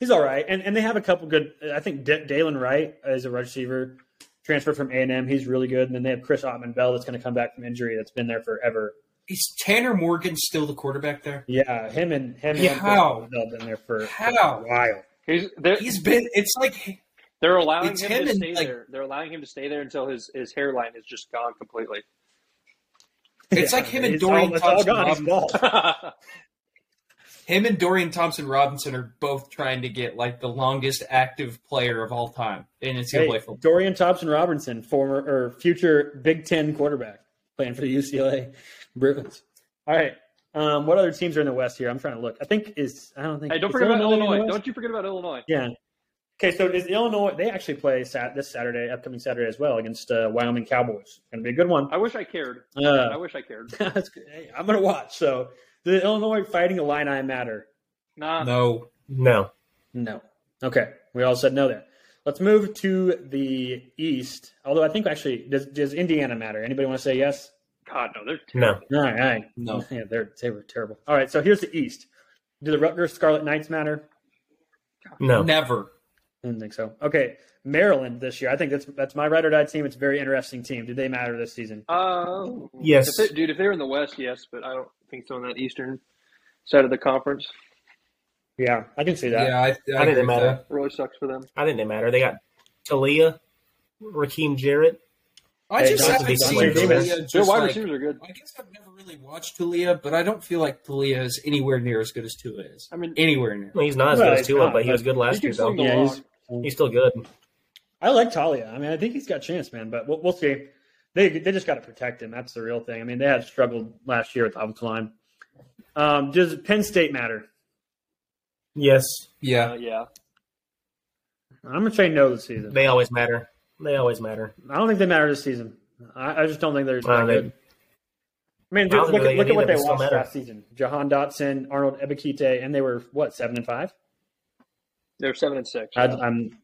F: He's all right, and and they have a couple good. I think D- Dalen Wright is a receiver transfer from A and M. He's really good, and then they have Chris Ottman Bell that's gonna come back from injury that's been there forever.
J: Is Tanner Morgan still the quarterback there?
F: Yeah, him and him
J: Yeah,
F: and Chris
J: how?
F: Ottman Bell have been there for, for
J: How?
F: a while.
I: He's they're,
J: He's been. It's like
I: they're allowing him
J: it's him
I: to
J: and,
I: stay
J: like-
I: there. They're allowing him to stay there until his his hairline is just gone completely. (laughs)
J: it's like him and
F: It's
J: Dorian
F: all, it's all
J: Thompson.
F: gone. He's
J: Robinson.
F: bald.
J: Him and Dorian Thompson Robinson are both trying to get like the longest active player of all time in NCAA
F: Hey,
J: football.
F: Dorian Thompson Robinson, former or future Big Ten quarterback, playing for the UCLA Bruins. All right. Um, what other teams are in the West here? I'm trying to look. I think is I don't think.
I: hey, don't
F: is
I: forget about
F: Illinois in the
I: Illinois.
F: West?
I: Don't you forget about Illinois?
F: Yeah. Okay, so is Illinois? They actually play sat, this Saturday, upcoming Saturday as well against uh, Wyoming Cowboys. Going to be a good one.
I: I wish I cared.
F: Uh, (laughs)
I: I wish I cared.
F: That's good. Hey, I'm going to watch. So, the Illinois Fighting Illini matter?
I: Nah.
J: No.
K: No.
F: No. Okay, we all said no there. Let's move to the East. Although I think actually, does, does Indiana matter? Anybody want to say yes?
I: God, no. They're
K: No.
F: All right, all right.
J: No.
F: (laughs) Yeah, they're they were terrible. All right, so here's the East. Do the Rutgers Scarlet Knights matter?
K: No.
J: Never.
F: I don't think so. Okay, Maryland this year. I think that's that's my ride or die team. It's a very interesting team. Do they matter this season?
I: Uh,
K: Yes.
I: if they- dude, if they're in the West, yes, but I don't think so in that Eastern side of the conference.
F: Yeah, I can see that.
J: Yeah, I, I,
K: they
J: agree with
K: matter.
J: that.
I: Really sucks for them.
K: I think they matter. They got Talia, Raheem Jarrett.
J: I
F: Hey,
J: just
F: Johnson
J: haven't
F: beat
J: seen
F: Wayne Davis.
J: Talia.
I: Their
J: Just
I: wide
J: like,
I: receivers are good.
J: I guess I've never really watched Talia, but I don't feel like Talia is anywhere near as good as Tua is.
I: I mean,
J: Anywhere near.
K: Well, he's not as
F: Well,
K: good as
F: he's
K: Tua,
F: not,
K: but he was good
I: he
K: last
I: can
K: year,
I: sling
K: though.
I: the
F: Yeah,
I: rock.
F: he's-
K: He's still good.
F: I like Talia. I mean, I think he's got a chance, man. But we'll, we'll see. They they just got to protect him. That's the real thing. I mean, they had struggled last year with the offensive line. Um, does Penn State matter?
K: Yes.
J: Yeah.
I: Uh, yeah.
F: I'm gonna say no this season.
K: They always matter. They always matter.
F: I don't think they matter this season. I, I just don't think they're. that
K: Uh, they-
F: good. I mean,
K: I don't
F: dude, look,
K: think
F: at-
K: they
F: look at what
K: either,
F: they
K: but still
F: lost
K: matter.
F: last season: Jahan Dotson, Arnold Ebikite, and they were what seven and five.
I: They're seven and six.
F: I, I'm,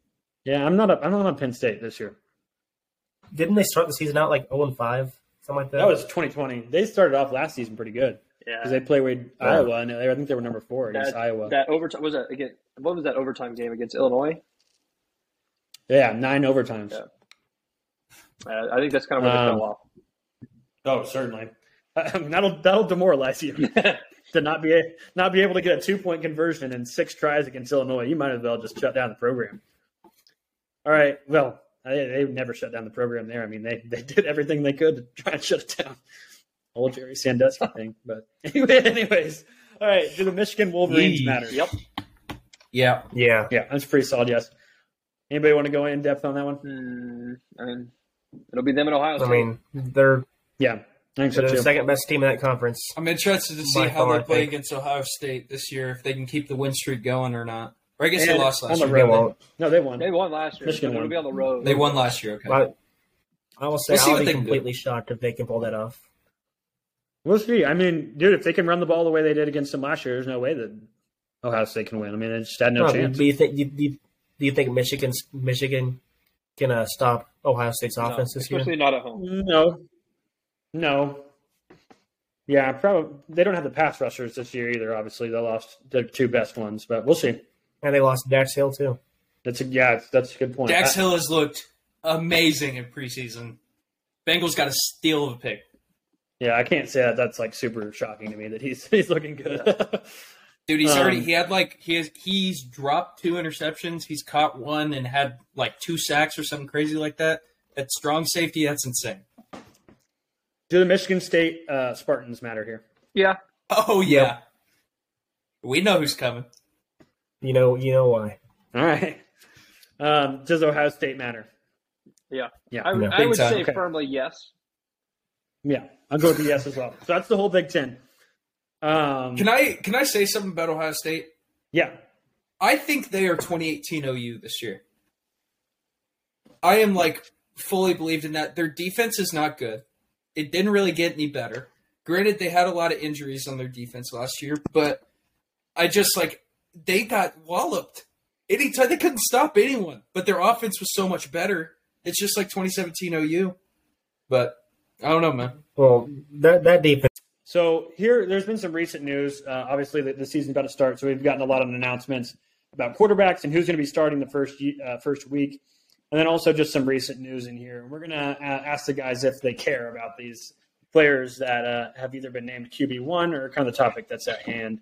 F: yeah, I'm not. A, I'm not on Penn State this year.
K: Didn't they start the season out like 0 and 5? Something like that?
F: That was 2020. They started off last season pretty good
I: yeah.
F: because they played with Iowa, and they, I think they were number four against
I: that,
F: Iowa.
I: That overtime was that again? What was that overtime game against Illinois?
F: yeah, nine overtimes.
I: Yeah. Uh, I think that's kind of where
F: Um,
I: they fell off.
F: Oh, (laughs) certainly. that'll that'll demoralize (laughs) you to not be a- not be able to get a two point conversion in six tries against Illinois. You might as well just shut down the program. All right. Well, they, they never shut down the program there. I mean, they they did everything they could to try and shut it down. Old Jerry Sandusky thing. But (laughs) anyway, anyways, all right. Do the Michigan Wolverines
J: Yee.
F: matter?
I: Yep.
J: Yeah.
K: yeah.
F: Yeah, that's a pretty solid. Yes. Anybody want to go in depth on that one?
I: Mm, I mean, it'll be them in Ohio State.
K: I mean, they're,
F: Yeah, I think so
K: they're
F: too.
K: the second best team in that conference.
J: I'm interested to see
K: By
J: how
K: far,
J: they
K: I
J: play
K: think.
J: against Ohio State this year, if they can keep the win streak going or not. Or I guess they
F: And
J: lost
F: on
J: last
F: the
J: year.
K: They
F: road.
K: won't.
F: No, they won.
I: they won last year.
F: Michigan
I: but it'll
F: won.
I: be on the road.
J: They won last year. Okay.
K: I, I will say
J: We'll see
K: I'll
J: what
K: be
J: they can do.
K: completely shocked if they can pull that off.
F: We'll see. I mean, dude, if they can run the ball the way they did against them last year, there's no way that Ohio State can win. I mean, they just had no
K: No,
F: chance.
K: Do you think? Do you, do you think Michigan's Michigan can uh, stop Ohio State's
I: No,
K: offense this year?
I: especially not at home.
F: No, no. Yeah, probably. They don't have the pass rushers this year either. Obviously, they lost their two best ones, but we'll see.
K: And they lost Dax Hill too.
F: That's a yeah. it's- That's a good point.
J: Dax
F: I-
J: Hill has looked amazing in preseason. Bengals got a steal of a pick.
F: yeah, I can't say that. That's like super shocking to me that he's (laughs) he's looking good.
J: Dude, he's
F: Um,
J: already he had like he has he's dropped two interceptions. He's caught one and had like two sacks or something crazy like that. At strong safety, that's insane.
F: (laughs) Do the Michigan State uh, Spartans matter here?
I: Yeah.
J: Oh yeah, we know who's coming.
K: You know, you know why?
F: All right. Um, does Ohio State matter?
I: Yeah.
F: Yeah.
I: I, would-
K: Yeah.
I: I
J: Big
I: would
J: time.
I: say
F: Okay.
I: firmly yes.
F: Yeah, I'll go with the yes as well. So that's the whole Big Ten. Um,
J: Can I can I say something about Ohio State?
F: Yeah,
J: I think they are 2018 OU this year. I am like fully believed in that. Their defense is not good. It didn't really get any better. Granted, they had a lot of injuries on their defense last year, but I just like they got walloped. Anytime they couldn't stop anyone, but their offense was so much better. It's just like 2017 OU. But I don't know, man.
K: Well, that that defense.
F: So here, there's been some recent news. Uh, obviously, the, the season's about to start, so we've gotten a lot of announcements about quarterbacks and who's going to be starting the first ye- uh, first week, and then also just some recent news in here. We're going to uh, ask the guys if they care about these players that uh, have either been named QB one or kind of the topic that's at hand.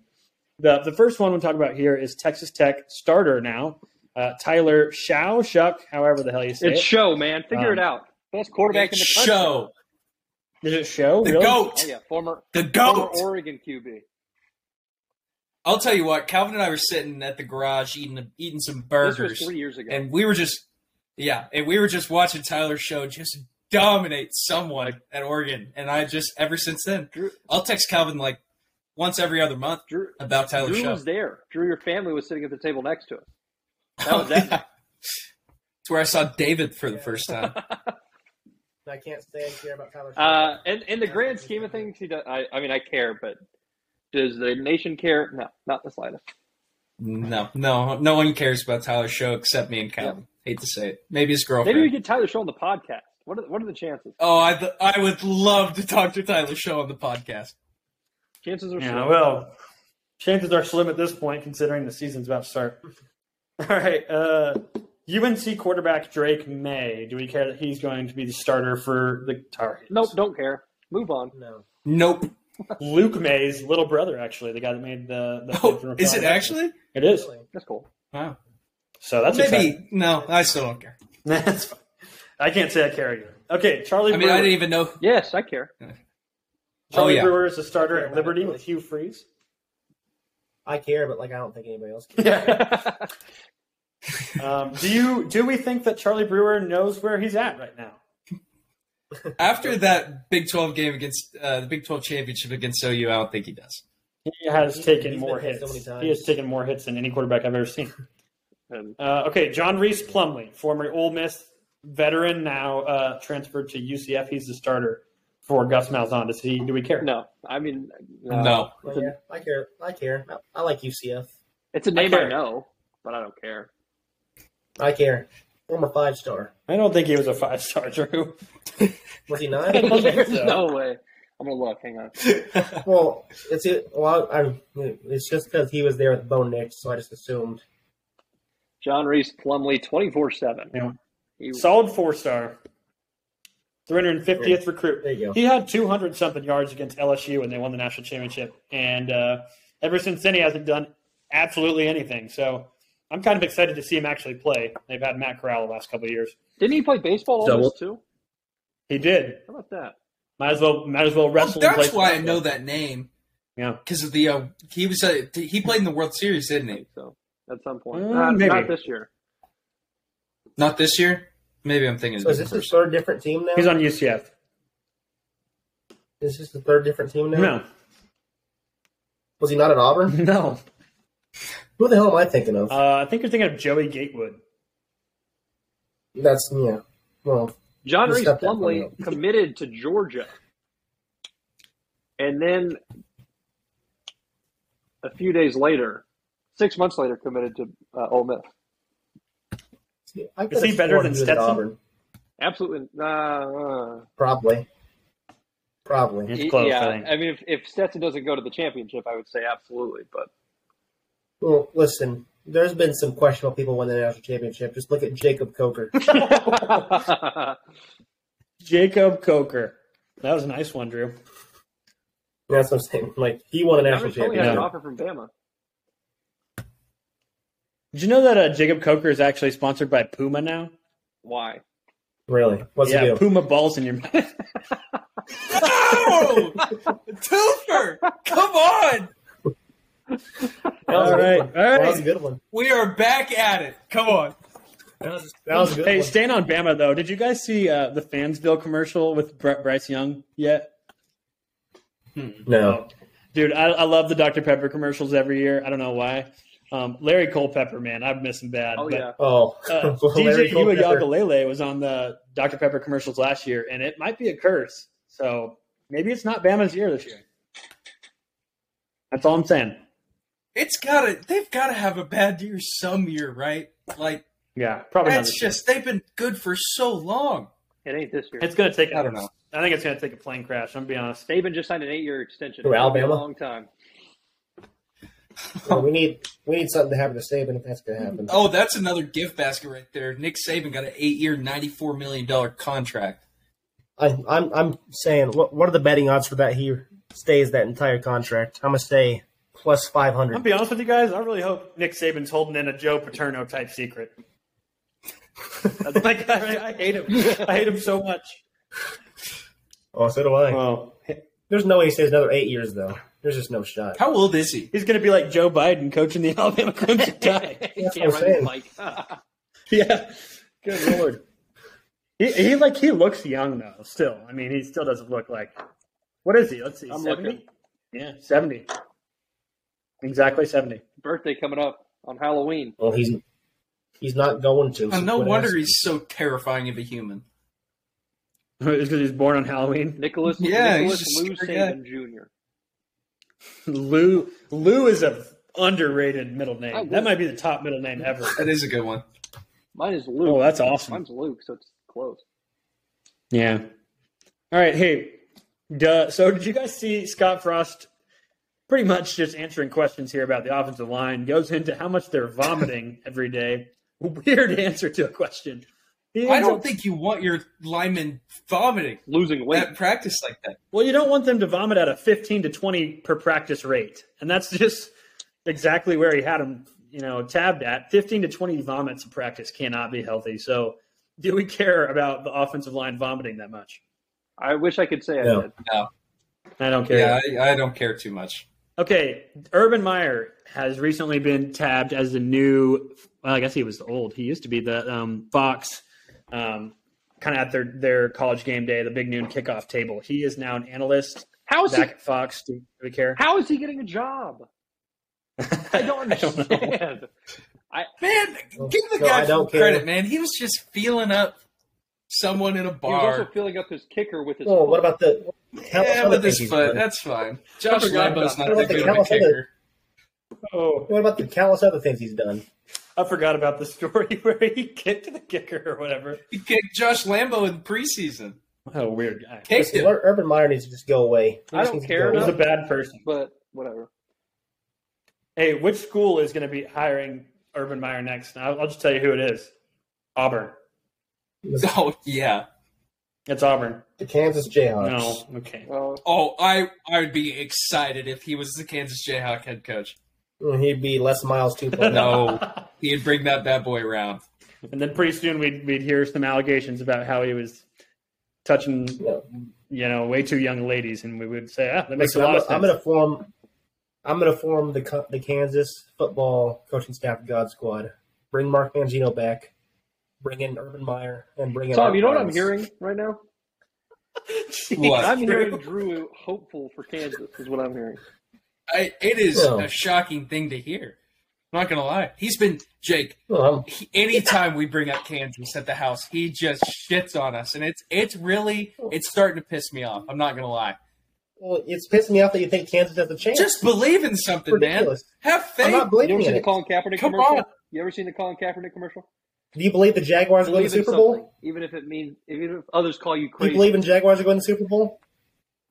F: The the first one we'll talk about here is Texas Tech starter now, uh, Tyler Shao Shuck, however the hell you say
I: It's
F: it.
I: show, man. Figure
F: Um,
I: it out. Best quarterback in the country.
J: Show
F: Did it show?
J: the
F: Really?
J: goat,
I: Oh yeah, former
J: the
I: former
J: goat.
I: Oregon QB.
J: I'll tell you what, Calvin and I were sitting at the garage eating eating some
I: This
J: burgers.
I: was three years ago.
J: and we were just yeah and we were just watching tyler's show just dominate someone at oregon and i just ever since then
I: Drew,
J: i'll text calvin like once every other month
I: Drew,
J: about tyler's
I: Drew
J: show (laughs)
I: was there. Drew, your family was sitting at the table next to us. That was that.
J: Yeah. It's where I saw David for the first
I: (laughs)
J: time.
K: I can't stand care about Tyler.
I: Uh, and in the grand scheme of things, he does, I, I mean, I care, but does the nation care? No, not the slightest.
J: No, no, no one cares about Tyler's show except me and Calvin. Hate to say it. Maybe his girlfriend.
I: Maybe we get Tyler Show on the podcast. What are, what are the chances?
J: Oh, I th- I would love to talk to Tyler Show on the podcast.
I: Chances are
F: Yeah,
I: slim.
F: well, chances are slim at this point, considering the season's about to start. (laughs) All right, uh, UNC quarterback Drake May. Do we care that he's going to be the starter for the Tar Heels?
I: Nope, don't care. Move on.
K: No.
J: Nope.
F: Luke May's little brother, actually, the guy that made the. the
J: Oh, Is it actually?
F: It is.
I: That's cool.
J: Wow.
F: So that's
J: maybe.
F: exciting. (laughs)
J: No, I still don't care.
F: That's fine. I can't say I care either. Okay, Charlie.
J: I mean, I
F: Brewer.
J: didn't even know.
I: Yes, I care.
F: Charlie
J: Oh, yeah.
F: Brewer is a starter at Liberty with Hugh
J: (laughs)
F: Freeze.
K: I care, but like I don't think anybody else. Cares.
F: Yeah. um, do you do we think that Charlie Brewer knows where he's at right now?
J: After that Big Twelve game against uh, the Big Twelve championship against OU, I don't think he does.
F: He has
K: He's-
F: taken
K: he's
F: more
K: been hit so
F: hits.
K: many
F: he has
K: times.
F: taken more hits than any quarterback I've ever seen.
I: Um,
F: Uh, okay, John Reese Plumley, former Ole Miss veteran, now uh, transferred to UCF. He's the starter for Gus Malzahn. Does he? Do we care?
I: no, I mean, no.
J: No.
K: Well, yeah, I care. I care. I, I like UCF.
I: It's a name I,
F: care.
I: know, but I don't care.
K: I care. I'm a five star.
F: I don't think he was a five star. (laughs) Drew.
K: Was
I: (laughs)
K: he
F: don't
K: nine?
F: think
I: There's
F: so.
I: no way. I'm gonna look. Hang on.
K: well, it's it. Well, I, I, it's just because he was there with Bo Nix, so I just assumed.
I: John Reese Plumley, twenty four seven.
F: Yeah.
I: He
F: Solid four star. 350th recruit.
K: There you go.
F: He had 200 something yards against LSU when they won the national championship. And uh, ever since then, he hasn't done absolutely anything. So I'm kind of excited to see him actually play. They've had Matt Corral the last couple of years.
I: didn't he play baseball
F: Double.
I: almost too?
F: He did.
I: How about that?
F: Might as well, might as well
J: Well,
F: wrestle. and
J: that's
F: play
J: why I
F: football.
J: know that name
F: Yeah.
J: because of the uh, he was uh, he played in the World Series, didn't
I: I
J: he?
I: think so. At some
K: Uh,
I: point,
F: Mm,
I: not,
F: maybe.
I: not this year.
J: Not this year. Maybe I'm thinking. of
K: So is
J: the
K: this his
J: first.
K: third different team now?
F: He's on UCF.
K: is this the third different team now? (laughs)
F: No.
K: Was he not at Auburn?
F: No.
K: Who the hell am I thinking of?
F: Uh, I think you're thinking of Joey Gatewood.
K: That's yeah. Well,
I: John
K: Just
I: Reese
K: step that
I: Plumley
K: one up. (laughs)
I: committed to Georgia, and then a few days later, six months later, committed to uh, Ole Miss.
K: I
F: Is he better than Stetson?
I: Absolutely. Uh, uh,
K: Probably. Probably.
F: It's close.
I: yeah,
F: I think.
I: I mean, if, if Stetson doesn't go to the championship, I would say absolutely.
K: (laughs)
I: But (laughs)
K: Well, listen, there's been some questionable people win the national championship. Just look at
F: (laughs)
K: Jacob Coker.
F: Jacob Coker. That was a nice one, Drew.
K: That's what I'm saying. Like he won a national
I: Robert Tully had an
K: championship.
I: offer from Bama.
F: Did you know that uh, Jacob Coker is actually sponsored by Puma now?
I: Why?
K: Really? What's
F: yeah,
K: he do?
F: Puma balls in your (laughs) mouth.
J: Oh, Topher! Come on!
F: all right, all
K: That was a
F: right.
K: good one.
J: We are back at it. Come on.
K: That was, that was a
F: (laughs)
K: good
F: Hey,
K: one.
F: staying on Bama though, did you guys see uh, the Fansville commercial with Br- Bryce Young yet?
K: no.
F: Dude, I, I love the Dr Pepper commercials every year. I don't know why. Um, Larry Culpepper, man, I miss him bad.
I: Oh
F: but,
I: yeah.
K: Oh. (laughs)
F: Uh,
K: Larry
F: DJ
K: Culpepper.
F: Uyagalele was on the Dr Pepper commercials last year, and it might be a curse. So maybe it's not Bama's year this year. That's all I'm saying.
J: It's gotta they've gotta have a bad year some year, right? Like
F: Yeah, probably not.
J: that's
F: This year.
J: just they've been good for so long.
I: It ain't this year.
F: It's gonna take.
J: I don't know.
F: I think it's gonna take a plane crash. I'm gonna be honest.
I: Saban just signed an eight-year extension.
K: Who,
I: It's gonna be
K: Alabama?
I: A long time.
K: Well, we need we need something to happen to Saban if that's gonna happen.
J: Oh, that's another gift basket right there. Nick Saban got an eight year ninety four million dollar contract.
K: I, I'm I'm saying what what are the betting odds for that he stays that entire contract? I'm gonna say plus five
F: I'm gonna
K: hundred.
F: be honest with you guys. I really hope Nick Saban's holding in a Joe Paterno type secret. like (laughs) I, I hate him. I hate him so much.
K: (laughs) Oh, so do I.
F: Well,
K: There's no way he stays another eight years though. There's just no shot.
J: How old is he?
F: he's gonna be like Joe Biden coaching the (laughs) Alabama Crimson Tide.
K: That's
I: Yeah,
K: what I'm saying.
I: right, Mike. (laughs)
F: (laughs) yeah. Good lord. He, he like he looks young though. Still, I mean, he still doesn't look like. What is he? Let's see.
I: I'm
F: 70?
I: looking.
F: Yeah, seventy. Exactly seventy. (laughs)
I: Birthday coming up on Halloween.
K: Well, he's He's not going to.
J: Uh, no wonder he's so terrifying of a human.
F: It's because he's born on Halloween.
I: Nicholas,
J: Yeah, he's
I: Nicholas
J: just
I: Lou
J: scary guy.
I: Saban Jr.
F: (laughs) Lou Lou is a underrated middle
I: I
F: name.
I: would-
F: That might be the top middle name ever.
J: That is a good one.
I: Mine is Luke.
F: Oh, that's awesome.
I: Mine's Luke, so it's close.
F: Yeah. All right. Hey, duh, so did you guys see Scott Frost pretty much just answering questions here about the offensive line? Goes into how much they're
J: (laughs)
F: vomiting every day. Weird answer to a question. He
J: I
F: ends
J: don't
F: up-
J: think you want your linemen vomiting
I: Losing weight.
J: at practice like that.
F: Well, you don't want them to vomit at a 15 to 20 per practice rate. And that's just exactly where he had him, you know, tabbed at. 15 to 20 vomits in practice cannot be healthy. So do we care about the offensive line vomiting that much?
I: I wish I could say I
F: No.
I: did.
J: No.
F: I don't care.
J: Yeah, I, I don't care too much.
F: Okay, Urban Meyer has recently been tabbed as the new. Well, I guess he was the old. He used to be the um, Fox, um, kind of at their their college game day, the big noon kickoff table. He is now an analyst.
I: How is he-
F: back at Fox? Do, do we care?
I: How is he getting a job? I don't
F: (laughs)
K: (laughs)
I: understand. I
J: (laughs) Man, give the
I: No, I
J: guy full
I: don't care.
J: credit, man. He was just feeling up someone in a
I: He was also
J: bar.
I: filling up his kicker with his.
K: Well, what about the?
J: Yeah,
K: other
J: with his
K: things
J: foot.
K: he's
J: That's fine. Josh
K: forgot
J: Lambo's
K: about-
J: not that
K: what about
J: good
K: the
J: of a
K: California-
J: kicker.
F: Oh,
K: What about the countless other things he's done?
F: I forgot about the story (laughs) where he kicked the kicker or whatever.
J: He kicked Josh Lambo in preseason.
F: What a weird guy.
J: Kicked him.
K: Ur- Urban Meyer needs to just go away. He
I: I
K: just
I: don't
K: needs to
I: care
K: go
F: He was
K: away.
F: a bad person.
I: (laughs) But whatever.
F: Hey, which school is going to be hiring Urban Meyer next? I'll, I'll just tell you who it is. Auburn.
J: (laughs) Oh yeah.
F: It's Auburn.
K: The Kansas Jayhawks.
F: No. Okay.
I: Well,
J: Oh, I I would be excited if he was the Kansas Jayhawk head coach.
K: Mm, He'd be less miles too. (laughs)
J: No, he'd bring that bad boy around.
F: And then pretty soon we'd we'd hear some allegations about how he was touching, you know, way too young ladies, and we would say, ah, that makes
K: Listen,
F: a lot
K: I'm,
F: of sense.
K: I'm gonna form. I'm gonna form the co- the Kansas football coaching staff God Squad. Bring Mark Mangino back. Bring in Urban Meyer and bring in.
I: Tom,
K: Art
I: you know what I'm
K: Barnes.
I: hearing right now?
J: What?
I: I'm hearing Drew hopeful for Kansas is what I'm hearing.
J: I, it is
K: Yeah.
J: a shocking thing to hear. I'm not gonna lie. He's been Jake.
K: Well, I'm-
J: He, anytime we bring up Kansas at the house, he just shits on us, and it's it's really it's starting to piss me off. I'm not gonna lie.
K: well, it's pissing me off that you think Kansas has a chance.
J: Just believe in something,
K: Ridiculous.
J: man. Have
K: I'm
J: faith.
K: not
I: You
K: believing
I: ever
K: in
I: seen the
K: it.
I: Colin Kaepernick
J: Come
I: commercial?
J: on.
I: You ever seen the Colin Kaepernick commercial?
K: Do you believe the Jaguars are going to
I: Believe
K: the
I: in
K: Super Bowl?
I: something, even if it means even if others call you
K: Do you
I: crazy.
K: believe in Jaguars are going to the Super Bowl?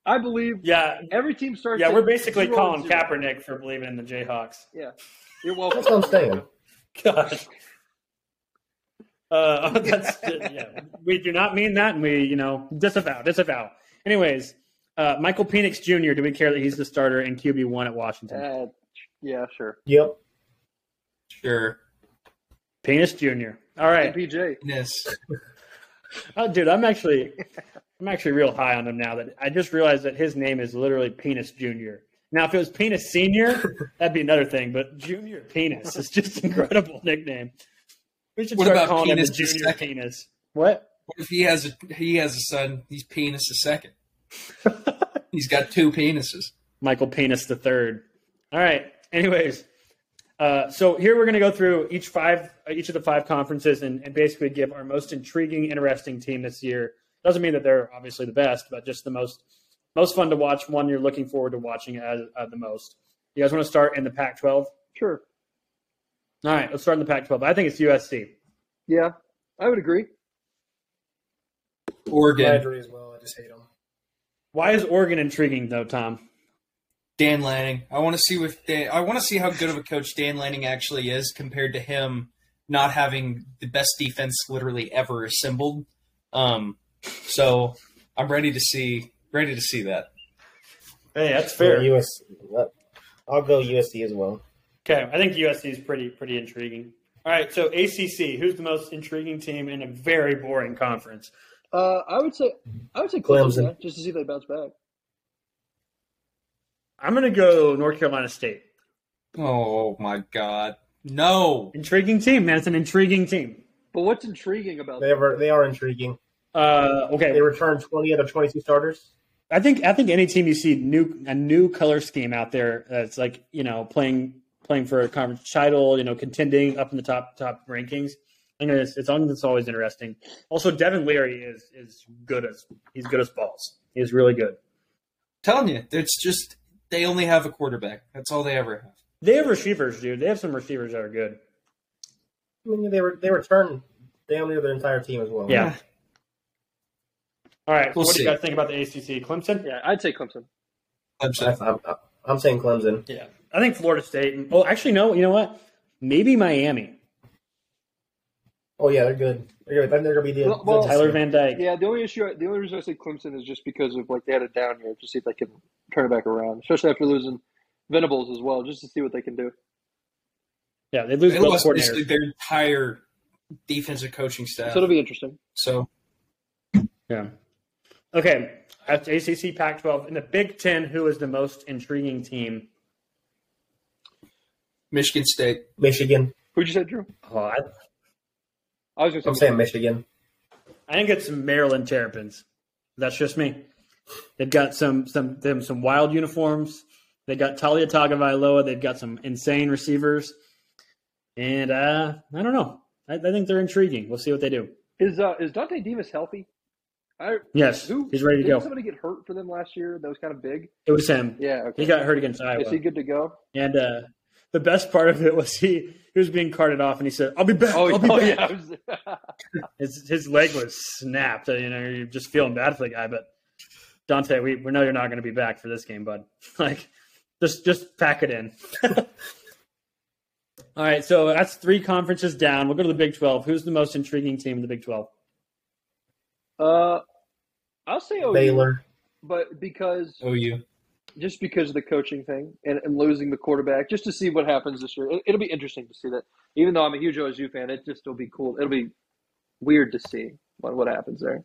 I: I believe
F: yeah,
I: every team starts.
F: yeah,
I: at
F: we're basically
I: zero
F: calling
I: and zero.
F: Kaepernick for believing in the
K: (laughs)
F: Jayhawks.
I: Yeah, you're welcome.
K: That's what I'm saying.
F: God. Uh, (laughs) that's yeah. We do not mean that, and we you know disavow, disavow. Anyways, uh, Michael Penix Jr. Do we care that he's the starter and QB one at Washington?
I: Uh, yeah, sure.
K: Yep.
J: Sure.
F: Penis Jr. All right.
I: PJ.
J: Yes.
F: Oh, dude, I'm actually, I'm actually real high on him now. That I just realized that his name is literally Penis Junior. Now, if it was Penis Senior, that'd be another thing. But Junior Penis is just an incredible nickname. We should
J: What
F: start
J: about
F: calling
J: Penis
F: him the Junior
J: the second?
F: Penis. What?
J: What if he has a he has a son? He's penis a second. He's got two penises.
F: Michael Penis the Third. All right. Anyways, uh, so here we're going to go through each five, uh, each of the five conferences, and, and basically give our most intriguing, interesting team this year. Doesn't mean that they're obviously the best, but just the most, most fun to watch. One you're looking forward to watching as, uh, the most. You guys want to start in the Pac-12? All
I: Sure.
F: right, let's start in the Pac-12. I think it's USC.
I: Yeah, I would agree.
J: Oregon.
K: Landry as well. I just hate him.
F: Why is Oregon intriguing though, Tom?
J: Dan Lanning. I want to see with Dan, I want to see how good of a coach Dan Lanning actually is compared to him not having the best defense literally ever assembled. Um, so I'm ready to see ready to see that.
F: Hey, that's
K: Yeah, US, uh, I'll go USC as well.
F: Okay, I think USC is pretty pretty intriguing. All right, so ACC, who's the most intriguing team in a very boring conference?
I: Uh, I would say I would say
K: Clemson.
I: Clemson, yeah, just to see if they bounce back.
F: I'm going to go North Carolina State.
J: Oh my God. No.
F: Intriguing team, man. It's an intriguing team.
I: But what's intriguing about
K: They
I: that?
K: are they are intriguing.
F: Uh, okay,
K: They return twenty out of twenty two starters.
F: uh, I think I think any team you see new a new color scheme out there that's like you know playing playing for a conference title, you know, contending up in the top top rankings. I think it's, it's something that's always interesting. Also, Devin Leary is is good as he's good as balls. He's really good.
J: telling you, it's just they only have a quarterback. That's all they ever have.
F: They have receivers, dude. They have some receivers that are good.
K: I mean, they were they return damn near their entire team as well.
F: Yeah. All right,
K: We'll
F: what do
K: see.
F: you guys think about the ACC? Clemson?
I: Yeah, I'd say Clemson.
K: I- I'm, I'm saying Clemson.
F: Yeah, I think Florida State. And, oh, actually, no. You know what? Maybe Miami.
K: Oh yeah, they're good. They're good. I think they're gonna be the,
I: Well- well-
F: Tyler Van Dyke.
I: Yeah, the only issue, the only reason I say Clemson is just because of like they had a down year to see if they can turn it back around, especially after losing Venables as well, just to see what they can do.
F: Yeah, they lose
J: they
F: both
J: lost basically
F: coordinators.
J: their entire defensive coaching staff.
I: So it'll be interesting.
J: So
F: Yeah. Okay, that's ACC, Pac-12, and the Big Ten. Who is the most intriguing team?
J: Michigan State.
K: Michigan.
I: Who'd you say, Drew?
F: Oh, I,
I: I was going
K: I'm saying Michigan.
F: I think it's Maryland Terrapins. That's just me. They've got some some them some wild uniforms. They got Talia Tagovailoa. They've got some insane receivers, and uh, I don't know. I, I think they're intriguing. We'll see what they do.
I: Is uh, is Dante Dimas healthy? I,
F: Yes,
I: who-
F: he's ready to
I: didn't
F: go.
I: Somebody get hurt for them last year. That was kind of big.
F: It was him.
I: Yeah, okay.
F: He got hurt against Iowa.
I: Is he good to go?
F: And uh, the best part of it was he he was being carted off, and he said, "I'll be back. I'll be
I: (laughs) oh,
F: back."
I: yeah. I was- (laughs)
F: His his leg was snapped. uh, You know, you're just feeling bad for the guy. But Dante, we, we know you're not going to be back for this game, bud. (laughs) Like, just just pack it in. (laughs) All right, so that's three conferences down. We'll go to the Big Twelve. Who's the most intriguing team in the Big Twelve?
I: Uh, I'll say OU,
K: Baylor.
I: but because
J: OU.
I: just because of the coaching thing and, and losing the quarterback, just to see what happens this year. It, it'll be interesting to see that. Even though I'm a huge OSU fan, it just will be cool. It'll be weird to see what, what happens there.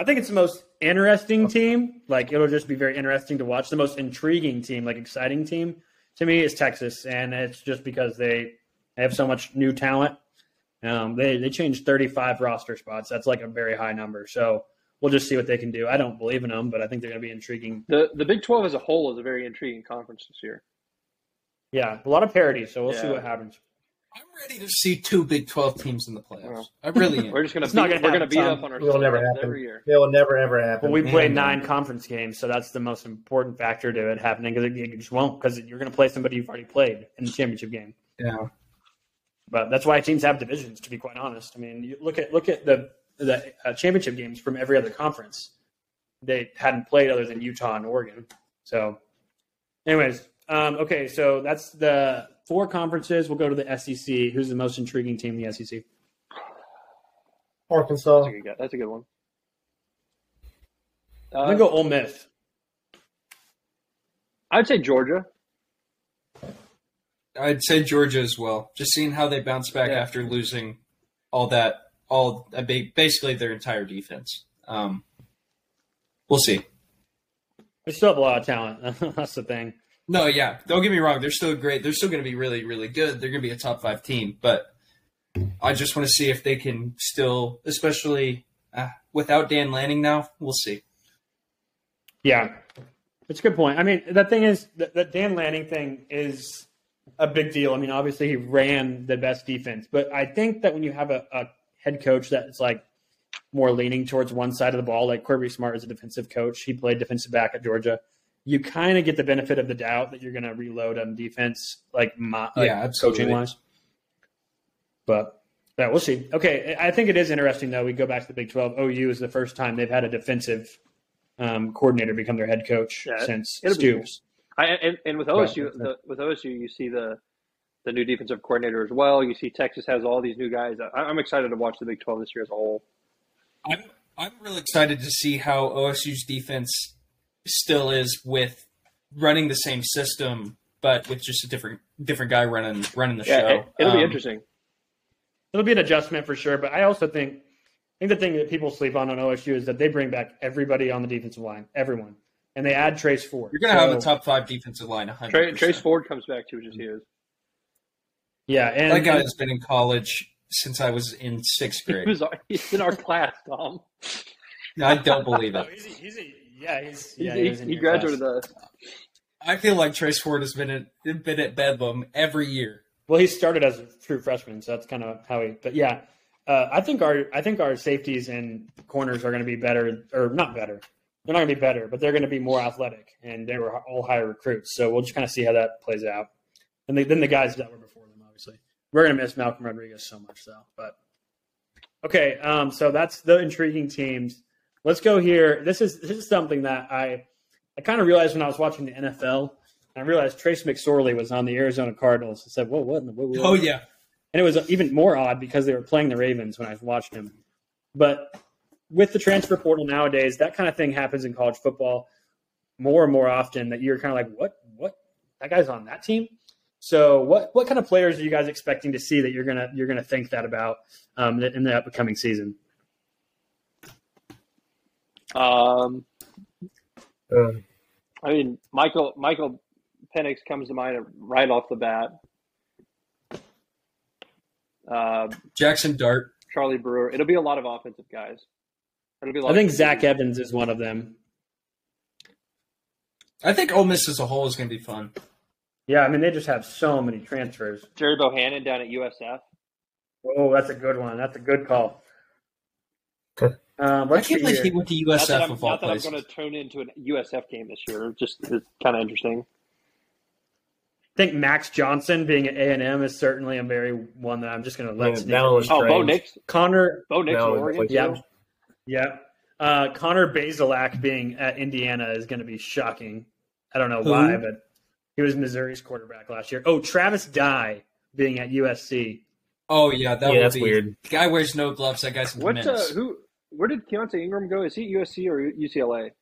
F: I think it's the most interesting team. Like it'll just be very interesting to watch. The most intriguing team, like exciting team, to me is Texas, and it's just because they have so much new talent. Um, they they changed 35 roster spots. That's like a very high number. So we'll just see what they can do. I don't believe in them, but I think they're going to be intriguing.
I: The the Big Twelve as a whole is a very intriguing conference this year.
F: Yeah, a lot of parity. So we'll see
I: Yeah.
F: what happens.
J: Ready to see two Big Twelve teams in the playoffs.
I: (laughs)
J: I really am.
I: We're just gonna
F: It's not
I: beat,
F: gonna
I: we're gonna
F: happen,
I: beat
F: Tom.
I: up on
K: It'll
I: ourselves
K: never happen.
I: every year.
K: It'll never ever happen.
F: Well, we play nine conference games, so that's the most important factor to it happening because it, it just won't because you're going to play somebody you've already played in the championship game.
J: Yeah.
F: But that's why teams have divisions. To be quite honest, I mean, you look at look at the the uh, championship games from every other conference. They hadn't played other than Utah and Oregon. So, anyways, um, okay, so that's the four conferences. We'll go to the SEC. Who's the most intriguing team in the E SEC?
K: Arkansas.
I: That's a good, that's a good one.
F: I'm gonna go Ole Miss.
I: I'd say Georgia.
J: I'd say Georgia as well. Just seeing how they bounce back
I: Yeah.
J: after losing all that, all a big, basically their entire defense. Um, we'll see.
F: They still have a lot of talent. (laughs) that's the thing.
J: No, yeah, don't get me wrong. They're still great. They're still going to be really, really good. They're going to be a top five team. But I just want to see if they can still, especially uh, without Dan Lanning now. We'll see.
F: Yeah, that's a good point. I mean, the thing is that, that Dan Lanning thing is a big deal. I mean, obviously he ran the best defense, but I think that when you have a, a head coach that's like more leaning towards one side of the ball, like Kirby Smart is a defensive coach, he played defensive back at Georgia. You kind of get the benefit of the doubt that you're going to reload on defense, like, my, like
J: Yeah, absolutely.
F: coaching wise. But yeah, we'll see. Okay, I I think it is interesting though. We go back to the Big Twelve. OU is the first time they've had a defensive um, coordinator become their head coach
I: Yeah,
F: since
I: it'll be
F: Stoops.
I: I, and, and with
F: Right.
I: OSU, the, with OSU, you see the the new defensive coordinator as well. You see Texas has all these new guys. I, I'm excited to watch the Big Twelve this year as a whole.
J: I'm I'm really excited to see how OSU's defense still is with running the same system, but with just a different different guy running running the show.
I: it, will be
J: Um,
I: interesting.
F: It'll be an adjustment for sure. But I also think I think the thing that people sleep on on OSU is that they bring back everybody on the defensive line, everyone, and they add Trace Ford.
J: You're going to
F: So-
J: have a top five defensive line. 100.
I: Tra- Trace Ford comes back too, which is (laughs) huge.
F: Yeah, and
J: that guy has been in college since I was in sixth
I: He
J: grade.
I: was our- he's in our class, Tom.
J: I don't believe it.
I: (laughs)
F: He's a, he's a, yeah, he's,
I: He's,
F: yeah,
I: he,
F: was in
I: he
F: your
I: graduated us.
J: I feel like Trace Ford has been at been at Bedlam every year.
F: Well, he started as a true freshman, so that's kind of how he. But yeah, uh, I think our I think our safeties and corners are going to be better, or not better. They're not going to be better, but they're going to be more athletic, and they were all higher recruits. So we'll just kind of see how that plays out. And they, then the guys that were before them, obviously, we're going to miss Malcolm Rodriguez so much, though. But okay, um, so that's the intriguing teams. Let's go here. This is this is something that I I kind of realized when I was watching the NFL, and I realized Trace McSorley was on the Arizona Cardinals. I said, "Whoa, what? In the, whoa, whoa,
J: Oh yeah,
F: and it was even more odd because they were playing the Ravens when I was watching him. But with the transfer portal nowadays, that kind of thing happens in college football more and more often. That you're kind of like, what, what? That guy's on that team. So what, what kind of players are you guys expecting to see that you're gonna you're gonna think that about um, in the upcoming season?
L: Um, I mean, Michael Michael Penix comes to mind right off the bat. Uh,
J: Jackson Dart.
L: Charlie Brewer. It'll be a lot of offensive guys. It'll be a lot
F: I think
L: of-
F: Zach Evans is one of them.
J: I think Ole Miss as a whole is going to be fun.
F: Yeah, I mean they just have so many transfers.
L: Jerry Bohannon down at USF.
F: Oh, that's a good one. That's a good call. Um, let's see here.
L: Not that I'm- Not that I'm going to tune into an USF game this year. Just it's kind of interesting.
F: I think Max Johnson being at A and M is certainly a very one that I'm just going to let.
L: Yeah,
F: sneak
L: that
F: in.
L: was Oh, Bo strange. Nix?
F: Connor,
L: Bo Nix That in was Oregon, too?
F: yeah, yeah. Uh, Connor Basilak being at Indiana is going to be shocking. I don't know
J: Who?
F: why, but he was Missouri's quarterback last year. Oh, Travis Dye being at USC.
J: Oh yeah, that
F: Yeah,
J: would
F: that's
J: be
F: weird.
J: Guy wears no gloves. That guy's a
L: What? Uh,
J: menace.
L: who? Where did Keontae Ingram go? Is he USC or UCLA?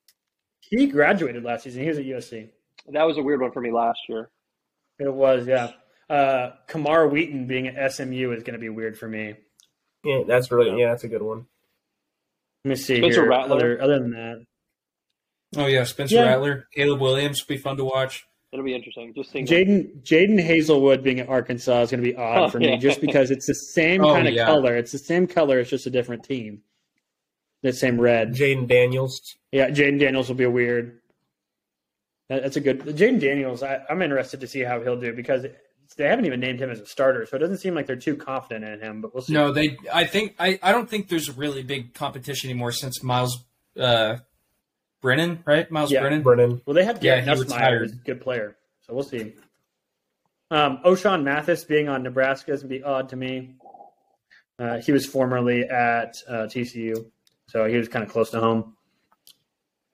F: He graduated last season. He was at USC.
L: That was a weird one for me last year.
F: It was, yeah. Uh, Kamar Wheaton being at SMU is going to be weird for me.
K: Yeah, that's really yeah, that's a good one.
F: Let me see
K: Spencer
F: here.
K: Rattler.
F: Other, other than that,
J: Oh yeah, Spencer
F: Yeah.
J: Rattler, Caleb Williams will be fun to watch.
L: It'll be interesting. Just seeing
F: Jaden Jaden Hazelwood being at Arkansas is going to be odd
J: Oh,
F: for me
J: yeah.
F: just because it's the same
J: Oh,
F: kind of
J: yeah.
F: color. It's the same color. It's just a different team. The same red.
K: Jaden Daniels.
F: Yeah, Jaden Daniels will be weird. That- That's a good Jaden Daniels. I, I'm interested to see how he'll do because they haven't even named him as a starter, so it doesn't seem like they're too confident in him. But we'll see.
J: No, they. I think I. I don't think there's really big competition anymore since Miles uh, Brennan, right? Miles
F: Yeah,
J: Brennan.
K: Brennan.
F: Well, they have
J: Yeah,
F: Garrett
J: he
F: Nussmeyer, who's a
J: retired.
F: good player, so we'll see. Um, O'Shawn Mathis being on Nebraska is going to be odd to me. Uh, he was formerly at uh, TCU, so he was kind of close to home.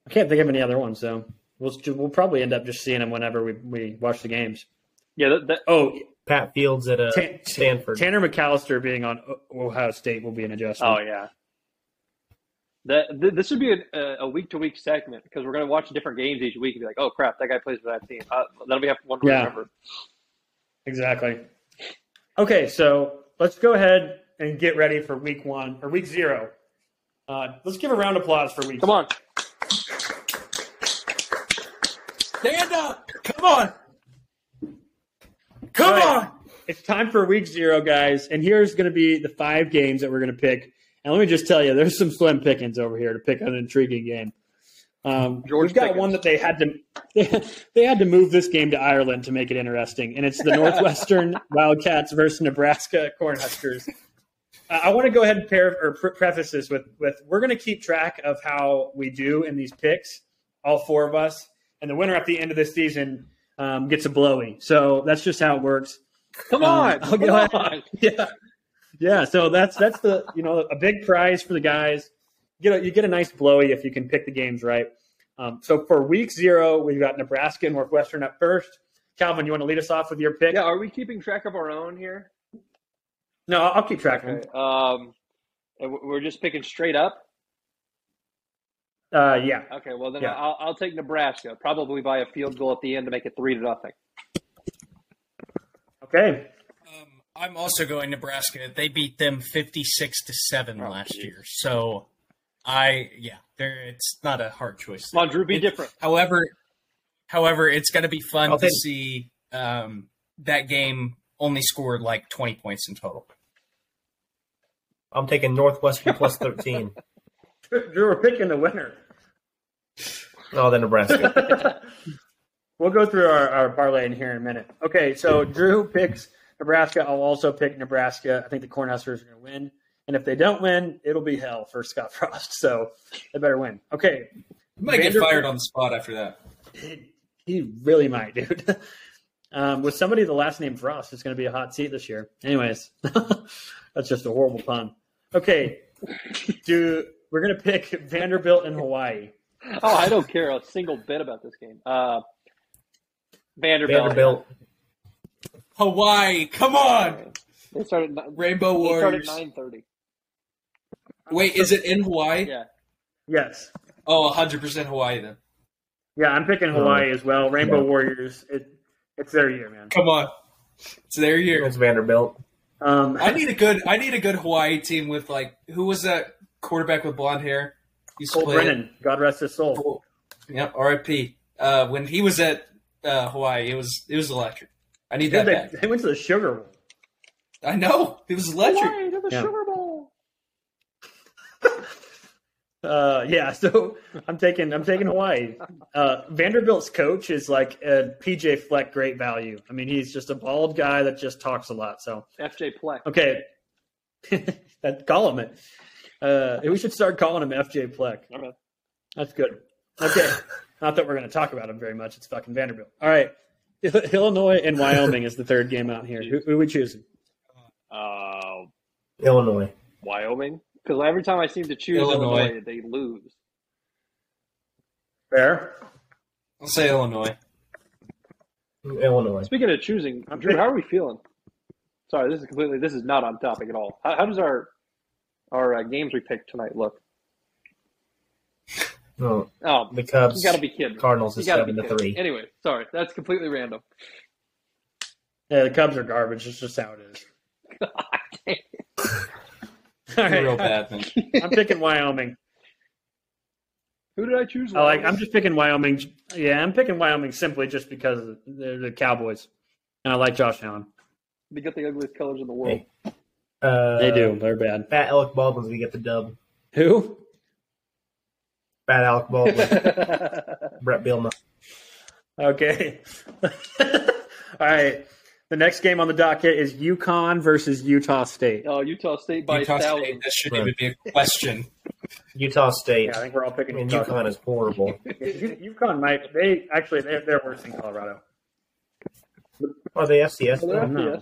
F: I can't think of any other ones, so we'll we'll probably end up just seeing him whenever we, we watch the games.
L: Yeah. That,
F: oh,
K: Pat Fields at uh,
F: Tan-
K: Stanford.
F: Tanner McAllister being on O- Ohio State will be an adjustment.
L: Oh yeah. That th- this would be an- a a week to week segment because we're going to watch different games each week and be like, oh crap, that guy plays for that team. Uh, that'll be one to
F: Yeah.
L: remember.
F: Exactly. Okay, so let's go ahead and get ready for week one or week zero. Uh, let's give a round of applause for week. Come
L: on.
J: Stand up! Come on! Come on!
F: It's time for week zero, guys. And here's going to be the five games that we're going to pick. And let me just tell you, there's some slim pickings over here to pick an intriguing game. Um, we've got one that they had to they, they had to (laughs) move this game to Ireland to make it interesting, and it's the Northwestern Wildcats versus Nebraska Cornhuskers. Uh, I want to go ahead and pair, or pre- preface this with with we're going to keep track of how we do in these picks, all four of us, and the winner at the end of this season um, gets a blowy. So that's just how it works.
L: Come
F: on,
L: come
F: on. (laughs) yeah, yeah. So that's that's the you know a big prize for the guys. You get a, you get a nice blowy if you can pick the games right. Um, so for week zero, we've got Nebraska and Northwestern up first. Calvin, you want to lead us off with your pick?
L: Yeah, are we keeping track of our own here?
F: No, I'll keep track of
L: Okay. Um, and we- we're just picking straight up.
F: them. Uh, yeah.
L: Okay, well then
F: Yeah.
L: I'll, I'll take Nebraska, probably by a field goal at the end to make it three to nothing.
F: Okay. (laughs)
J: Um, I'm also going Nebraska. They beat them 56 to 7 last year. So I yeah, there it's not a hard choice.
L: Come on, Drew, be different.
J: However, however, it's going to be fun
L: I'll
J: to
L: take-
J: see um, that game only scored like 20 points in total.
K: I'm taking Northwestern plus
F: (laughs)
K: thirteen.
F: Drew, we're picking the winner.
K: Oh, then Nebraska.
F: We'll go through our, our parlay in here in a minute. Okay, so Drew picks Nebraska. I'll also pick Nebraska. I think the Cornhuskers are going to win. And if they don't win, it'll be hell for Scott (laughs) Frost. So they better win. Okay.
J: You might get fired on the spot after that.
F: He, he really might, dude. (laughs) Um, with somebody the last name Frost, it's going to be a hot seat this year. Anyways, (laughs) that's just a horrible pun. Okay, dude, we're going to pick Vanderbilt in Hawaii.
L: Oh, I don't care a single bit about this game. Uh, Vanderbilt.
K: Vanderbilt.
J: Hawaii, come on!
L: They started at ni-
J: Rainbow
L: They started
J: Warriors.
L: at nine thirty.
J: Wait, is it in Hawaii?
L: Yeah.
F: Yes.
J: Oh, 100% Hawaii then.
F: Yeah, I'm picking Hawaii as well. Rainbow Warriors. It, it's their year, man.
J: Come on. It's their year.
K: It's Vanderbilt.
F: Um,
J: I need a good I need a good Hawaii team with like who was that quarterback with blonde hair? He's
F: Cole Brennan. God rest his soul.
J: Yep, R.I.P. Uh, when he was at uh, Hawaii, it was it was electric. I need
F: Dude,
J: that
F: they,
J: back.
F: they went to the Sugar Bowl.
J: I know it was electric.
L: Hawaii to the
F: Yeah.
L: Sugar Bowl.
F: Uh, yeah, (laughs) so I'm taking I'm taking Hawaii. Uh, Vanderbilt's coach is like a PJ Fleck great value. I mean, he's just a bald guy that just talks a lot. So
L: FJ Pleck.
F: okay, (laughs) that call him it. Uh, we should start calling him FJ Fleck.
L: Okay.
F: That's good. Okay, (laughs) not that we're going to talk about him very much. It's fucking Vanderbilt. All right, Illinois and Wyoming is the third game out here. Who, who we choosing?
L: Uh,
K: Illinois.
L: Wyoming. Because every time I seem to choose
J: Illinois.
L: Illinois, they lose.
F: Fair.
J: I'll say
F: (laughs)
J: Illinois.
K: Illinois.
L: Speaking of choosing, Drew, how are we feeling? Sorry, this is completely. This is not on topic at all. How, how does our our uh, games we picked tonight look?
K: No,
L: Oh,
K: the Cubs.
L: You got to be kidding.
K: Cardinals
L: You
K: is
L: gotta
K: seven
L: be
K: to
L: kidding.
K: three.
L: Anyway, sorry, that's completely random.
F: Yeah, the Cubs are garbage. That's just how it is.
J: (laughs)
F: All right.
J: Real
F: (laughs)
J: bad man.
F: I'm picking Wyoming.
L: Who did I choose?
F: I like. I'm just picking Wyoming. Yeah, I'm picking Wyoming simply just because they're the Cowboys, and I like Josh Allen.
L: They got the ugliest colors in the world.
K: Uh,
F: They do. They're bad.
K: Fat Alec Baldwin's gonna get the dub.
F: Who?
K: Fat
F: (laughs)
K: Alec Baldwin. Brett Bielma.
F: Okay. (laughs) All right. The next game on the docket is Yukon versus Utah State.
L: Oh, Utah State by
J: Utah
L: thousands.
J: State. That shouldn't
K: Right.
J: even be
F: (laughs)
J: a question.
K: Utah State.
F: Yeah, I think we're all picking
K: and
F: Utah. State.
K: UConn is horrible.
F: (laughs) Yeah, U- UConn might. They actually they're, they're worse than Colorado. (laughs)
K: Are they FCS?
L: Well,
K: though?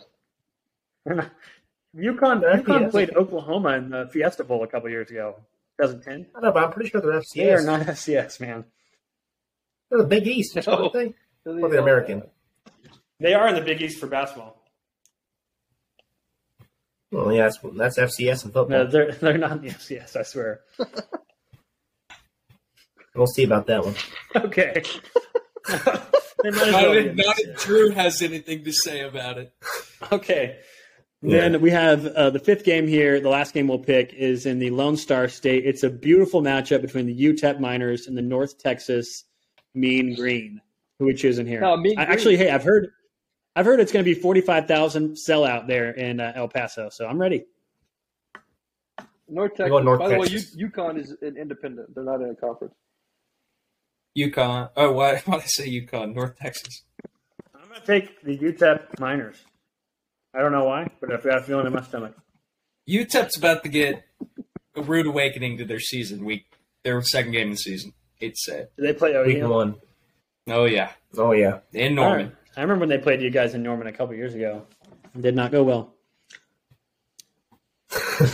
L: they're
F: no.
L: FCS.
F: UConn. UConn
K: FBS.
F: played Oklahoma in the Fiesta Bowl a couple years ago, 2010.
K: I know, but I'm pretty sure they're FCS.
F: They are not FCS, man.
K: They're the
F: (laughs)
K: Big East,
L: No.
K: aren't they?
L: They're
K: Well, they're American.
F: They are in the Big East for basketball.
K: Well, yeah, that's, that's FCS in
F: No,
K: football.
F: they're they're not in the FCS. I swear.
K: We'll see about that one.
F: (laughs) Okay. they might as well
J: Not
F: be
J: if,
F: in
J: not
F: the
J: if Drew has anything to say about it.
F: FCS. Okay. Then we have uh, the fifth game here. The last game we'll pick is in the Lone Star State. It's a beautiful matchup between the UTEP Miners and the North Texas Mean Green. Who we choosing here?
L: No, Mean
F: I-
L: Green.
F: actually, hey, I've heard, I've heard it's going to be forty five thousand sellout there in uh, El Paso. So I'm ready.
L: North
K: They
L: Texas.
K: go North
L: By
K: Texas.
L: the way, U- UConn is an independent. They're not in a conference.
J: UConn. Oh, why? (laughs) Why did I say UConn? North Texas.
F: I'm going to take the UTEP Miners. I don't know why, but I've got a feeling in my stomach.
J: UTEP's E about to get a rude awakening to their season week, their second game of the season. Hate to say it.
F: Do they play E
K: Week
F: OU?
K: one.
J: Oh yeah,
K: Oh, yeah.
J: in
F: All
J: Norman.
F: right. I remember when they played you guys in Norman a couple years ago. It did not go well. And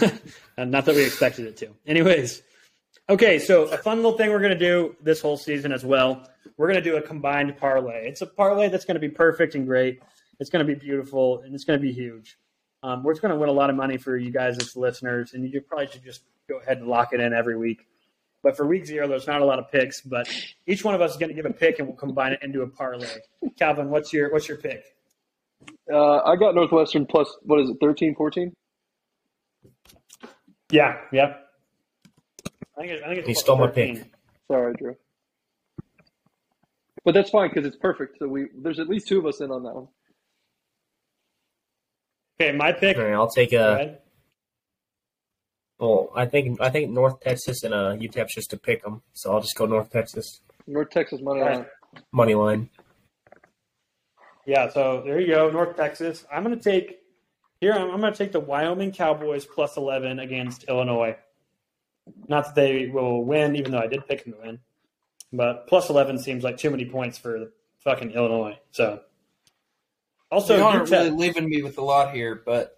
F: Uh, not that we expected it to. Anyways, okay, so a fun little thing we're going to do this whole season as well. We're going to do a combined parlay. It's a parlay that's going to be perfect and great. It's going to be beautiful and it's going to be huge. Um, we're just going to win a lot of money for you guys as listeners, and you probably should just go ahead and lock it in every week. But for week zero, there's not a lot of picks, but each one of us is going to give a pick, and we'll combine it into a parlay. Calvin, what's your what's your pick?
L: Uh, I got Northwestern plus, what is it, 13, 14?
F: Yeah, yeah. I think, it- I think it's
K: He
F: plus
K: stole my
F: 13.
K: pick.
L: Sorry, Drew. But that's fine because it's perfect. So we there's at least two of us in on that one.
F: Okay, my pick.
K: All right, I'll take
F: Go
K: a.
F: ahead.
K: Well, I think I think North Texas and uh, UTEP's just to pick them, so I'll just go North Texas
L: North Texas money
F: All right.
L: line.
K: money line.
F: Yeah, so there you go, North Texas. I'm going to take here. I'm, I'm going to take the Wyoming Cowboys plus eleven against Illinois. Not that they will win, even though I did pick them to win, but plus eleven seems like too many points for fucking Illinois. So also,
J: you aren't
F: Utah-
J: really leaving me with a lot here, but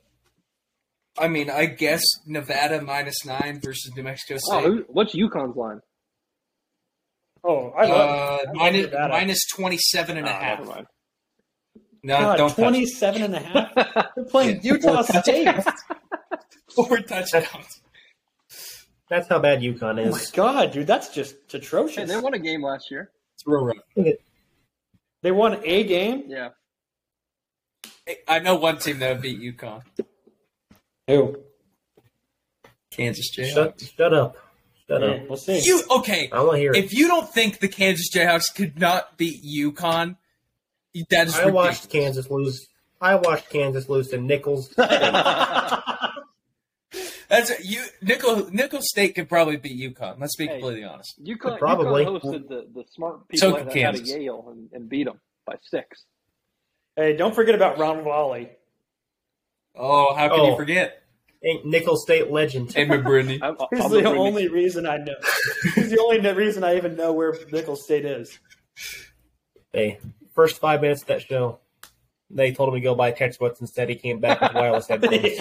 J: I mean, I guess Nevada minus nine versus New Mexico State.
L: Oh, who, what's UConn's line?
F: Oh,
L: I love-
J: uh,
L: I love
J: minus,
L: Nevada.
J: minus 27 and a
L: Ah,
J: half.
L: never mind.
J: No,
F: God,
J: uh, don't touch it.
F: 27 and a half. They're playing Utah
J: Oh
F: State.
J: (laughs) Four touchdowns.
K: That's how bad UConn
F: Oh my
K: is.
F: god, dude, that's just atrocious.
L: (laughs) Hey, they won a game last year.
J: It's real rough.
F: They won a game.
L: Yeah.
J: I know one team that would beat UConn.
F: Who?
J: Kansas Jayhawks.
K: Shut, shut up. Shut
J: Yeah,
K: up.
F: We'll see.
J: You okay?
K: I want to hear it.
J: If you don't think the Kansas Jayhawks could not beat UConn, that is
K: I watched
J: ridiculous.
K: Kansas lose. I watched Kansas lose to
J: (laughs)
K: Nichols.
J: That's you. Nickel Nickel State could probably beat UConn. Let's be
L: Hey,
J: completely honest.
L: UConn,
K: Probably.
L: UConn hosted the, the smart people
J: So
L: out
J: could
L: of- out of
J: Kansas.
L: Yale and, and beat them by six.
F: Hey, don't forget about Ron Wally.
J: Oh, how can
K: Oh.
J: you forget?
K: Ain't Nickel State legend.
J: Hey, (laughs) McBurney.
L: I'm, I'm
F: He's the only reason I
J: (laughs)
F: know. He's the only reason I even know where Nichols State is.
K: Hey, first five minutes of that show, they told him to go buy textbooks instead. He came back with wireless
J: (laughs)
K: headphones.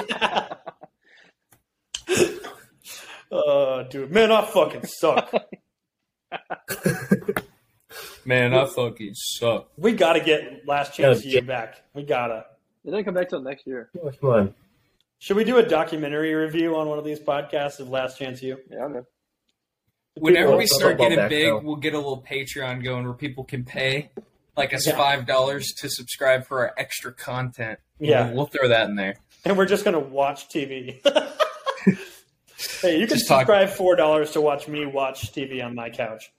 F: Uh, dude, man, I fucking suck.
J: Man, I fucking suck.
F: we gotta get last
K: That was
F: chance you back. We gotta.
L: They didn't come back till next year.
K: Come on.
F: Should we do a documentary review on one of these podcasts of Last Chance You?
L: Yeah, I know.
J: Whenever we
K: People-
J: start
K: football
J: getting
K: back,
J: big,
K: though.
J: we'll get a little Patreon going where people can pay like us
F: Yeah.
J: five dollars to subscribe for our extra content.
F: Yeah.
J: we'll throw that in there.
F: And we're just gonna watch
J: (laughs)
F: TV. hey, you can
J: Just talk-
F: subscribe four dollars to watch me watch TV on my couch,